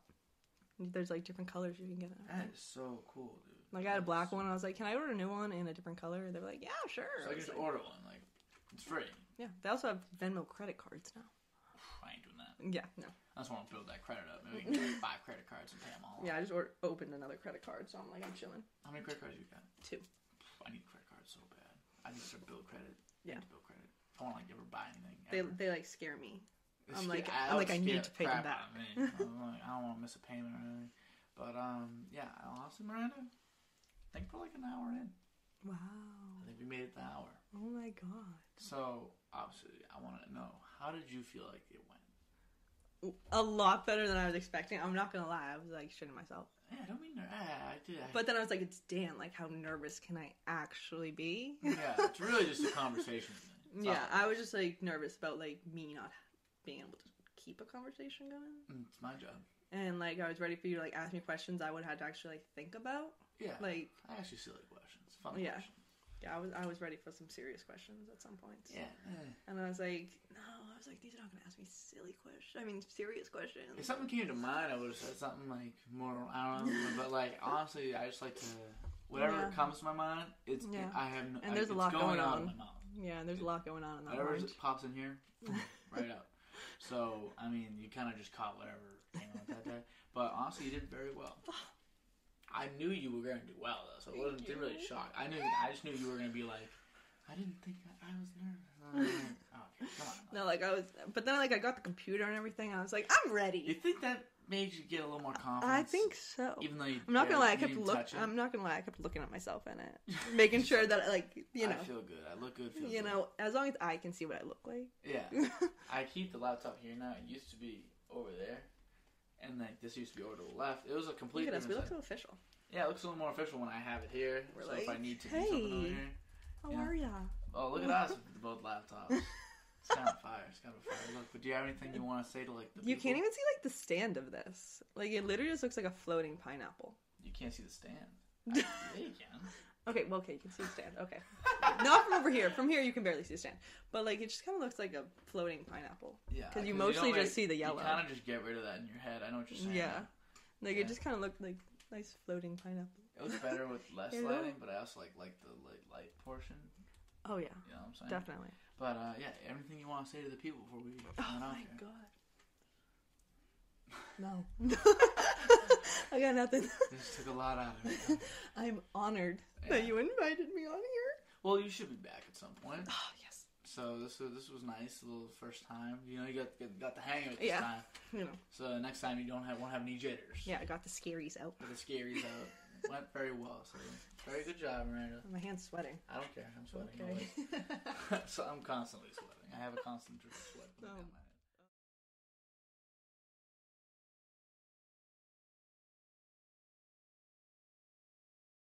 [SPEAKER 2] There's like different colors you can get. It.
[SPEAKER 1] That is so cool, dude.
[SPEAKER 2] Like I had a
[SPEAKER 1] That
[SPEAKER 2] black
[SPEAKER 1] is-
[SPEAKER 2] one. And I was like, "Can I order a new one in a different color?" They were like, "Yeah, sure."
[SPEAKER 1] So I can
[SPEAKER 2] I was
[SPEAKER 1] just
[SPEAKER 2] like,
[SPEAKER 1] order one. Like it's free.
[SPEAKER 2] yeah, they also have Venmo credit cards now.
[SPEAKER 1] I ain't doing that.
[SPEAKER 2] Yeah, no.
[SPEAKER 1] I just want to build that credit up. Maybe we can get like, five credit cards and pay them all.
[SPEAKER 2] Yeah, I just or- opened another credit card, so I'm like, I'm chilling.
[SPEAKER 1] How many credit cards you got?
[SPEAKER 2] Two.
[SPEAKER 1] I need credit cards so bad. I need to build credit. I
[SPEAKER 2] Yeah.
[SPEAKER 1] need to build credit. I don't like ever buy anything.
[SPEAKER 2] They
[SPEAKER 1] ever.
[SPEAKER 2] they like scare me.
[SPEAKER 1] It's
[SPEAKER 2] I'm
[SPEAKER 1] sca-
[SPEAKER 2] like-
[SPEAKER 1] that
[SPEAKER 2] I'm
[SPEAKER 1] would
[SPEAKER 2] like, I
[SPEAKER 1] scare the
[SPEAKER 2] need to pay them
[SPEAKER 1] crap out of
[SPEAKER 2] [laughs]
[SPEAKER 1] me. I'm like, I don't want to miss a payment or anything. But um, yeah. Honestly, Miranda, I think we're like an hour in.
[SPEAKER 2] Wow.
[SPEAKER 1] I think we made it the hour.
[SPEAKER 2] Oh my god.
[SPEAKER 1] So obviously, I want to know how did you feel like it went?
[SPEAKER 2] a lot better than I was expecting. I'm not gonna lie, I was like shitting myself.
[SPEAKER 1] Yeah, I don't mean to. I, I did. I,
[SPEAKER 2] But then I was like, it's Dan. Like, how nervous can I actually be?
[SPEAKER 1] [laughs] yeah, it's really just a
[SPEAKER 2] [laughs]
[SPEAKER 1] conversation. It's
[SPEAKER 2] yeah,
[SPEAKER 1] all-
[SPEAKER 2] I was just like nervous about like me not being able to keep a conversation going,
[SPEAKER 1] Mm, It's my job.
[SPEAKER 2] and like I was ready for you to like ask me questions I would have to actually like think about.
[SPEAKER 1] Yeah,
[SPEAKER 2] Like,
[SPEAKER 1] I ask you silly questions. Fun
[SPEAKER 2] Yeah.
[SPEAKER 1] questions.
[SPEAKER 2] yeah, I was I was ready for some serious questions at some points.
[SPEAKER 1] Yeah. eh.
[SPEAKER 2] And I was like, no, I was like, these are not gonna ask me silly questions. I mean, serious questions.
[SPEAKER 1] If something came to mind, I would have said something like more. I don't
[SPEAKER 2] [laughs]
[SPEAKER 1] know, but like honestly, I just like to whatever
[SPEAKER 2] Yeah.
[SPEAKER 1] comes to my mind. It's
[SPEAKER 2] Yeah.
[SPEAKER 1] I have no,
[SPEAKER 2] And there's
[SPEAKER 1] I,
[SPEAKER 2] a lot
[SPEAKER 1] it's going
[SPEAKER 2] going
[SPEAKER 1] on
[SPEAKER 2] on.
[SPEAKER 1] in my mouth.
[SPEAKER 2] Yeah, and there's a lot going on in that
[SPEAKER 1] Whatever
[SPEAKER 2] orange.
[SPEAKER 1] just pops in here, right up. So I mean, you kind of just caught whatever came up that day. But honestly, you did very well. I knew you were going to do well though, so it
[SPEAKER 2] Thank
[SPEAKER 1] wasn't didn't really
[SPEAKER 2] you.
[SPEAKER 1] shock. I knew I just knew you were going to be like, I didn't think I, I was nervous. And I'm like, okay, come on.
[SPEAKER 2] [laughs] no, like I was, but then like I got the computer and everything. I was like, I'm
[SPEAKER 1] You
[SPEAKER 2] ready.
[SPEAKER 1] think that made you get a little more confidence?
[SPEAKER 2] I think so.
[SPEAKER 1] Even though you
[SPEAKER 2] I'm not gonna lie, I
[SPEAKER 1] barely-
[SPEAKER 2] kept
[SPEAKER 1] you didn't
[SPEAKER 2] look.
[SPEAKER 1] touch it?
[SPEAKER 2] I'm not gonna lie, I kept looking at myself in it, making
[SPEAKER 1] [laughs]
[SPEAKER 2] sure that like you know,
[SPEAKER 1] I feel good. I look good. Feel
[SPEAKER 2] you
[SPEAKER 1] good.
[SPEAKER 2] know, as long as I can see what I [laughs] look like.
[SPEAKER 1] Yeah. I keep the laptop here now. It used to be over there, and like this used to be over to the left. It was a complete.
[SPEAKER 2] Look at us, we
[SPEAKER 1] different
[SPEAKER 2] look
[SPEAKER 1] set.
[SPEAKER 2] so official.
[SPEAKER 1] Yeah, it looks a little more official when I have it here.
[SPEAKER 2] We're
[SPEAKER 1] so if I
[SPEAKER 2] like,
[SPEAKER 1] need to do something over
[SPEAKER 2] "Hey."
[SPEAKER 1] here.
[SPEAKER 2] How
[SPEAKER 1] Yeah.
[SPEAKER 2] are ya?
[SPEAKER 1] Oh, look at us with both
[SPEAKER 2] [laughs]
[SPEAKER 1] laptops. It's kind of fire. It's kind of fire. Look, but do you have anything you want to say to like the
[SPEAKER 2] You
[SPEAKER 1] people?
[SPEAKER 2] can't even see like the stand of this. Like it literally just looks like a floating
[SPEAKER 1] [laughs]
[SPEAKER 2] pineapple.
[SPEAKER 1] You can't see the stand. I- yeah, you can.
[SPEAKER 2] Okay, well, okay, you can see the stand. Okay, [laughs] not from over here. From here, you can barely see the stand. But like, it just kind of looks like a floating pineapple.
[SPEAKER 1] Yeah.
[SPEAKER 2] 'Cause you
[SPEAKER 1] don't
[SPEAKER 2] mostly just
[SPEAKER 1] really-
[SPEAKER 2] see the yellow.
[SPEAKER 1] You kind of just get rid of that in your head. I know what you're saying.
[SPEAKER 2] Yeah. Like
[SPEAKER 1] Yeah.
[SPEAKER 2] it just kind of looked like nice floating pineapple.
[SPEAKER 1] It was better with less
[SPEAKER 2] Hello.
[SPEAKER 1] lighting, but I also like like the light, light portion.
[SPEAKER 2] Oh yeah,
[SPEAKER 1] You know what I'm saying?
[SPEAKER 2] definitely.
[SPEAKER 1] But uh, yeah, everything you want to say to the people before we.
[SPEAKER 2] Oh
[SPEAKER 1] sign off
[SPEAKER 2] my
[SPEAKER 1] here. [laughs]
[SPEAKER 2] god. No, [laughs] I got nothing.
[SPEAKER 1] This took a lot out of me.
[SPEAKER 2] I'm honored
[SPEAKER 1] Yeah.
[SPEAKER 2] [laughs] that you invited me on here.
[SPEAKER 1] Well, you should be back at some point.
[SPEAKER 2] Oh yes,
[SPEAKER 1] So this was, this was nice, a little first time. You know, you got got, got the hang of it this
[SPEAKER 2] Yeah.
[SPEAKER 1] time.
[SPEAKER 2] you know.
[SPEAKER 1] So next time you don't have won't have any jitters.
[SPEAKER 2] Yeah, I got the scaries out.
[SPEAKER 1] But the scaries out went very well. So very good job, Miranda.
[SPEAKER 2] My hand's sweating.
[SPEAKER 1] I don't care. I'm sweating.
[SPEAKER 2] Okay. [laughs]
[SPEAKER 1] [laughs] always. so I'm constantly sweating. I have a constant drip of sweat. coming
[SPEAKER 2] Oh.
[SPEAKER 1] down my neck.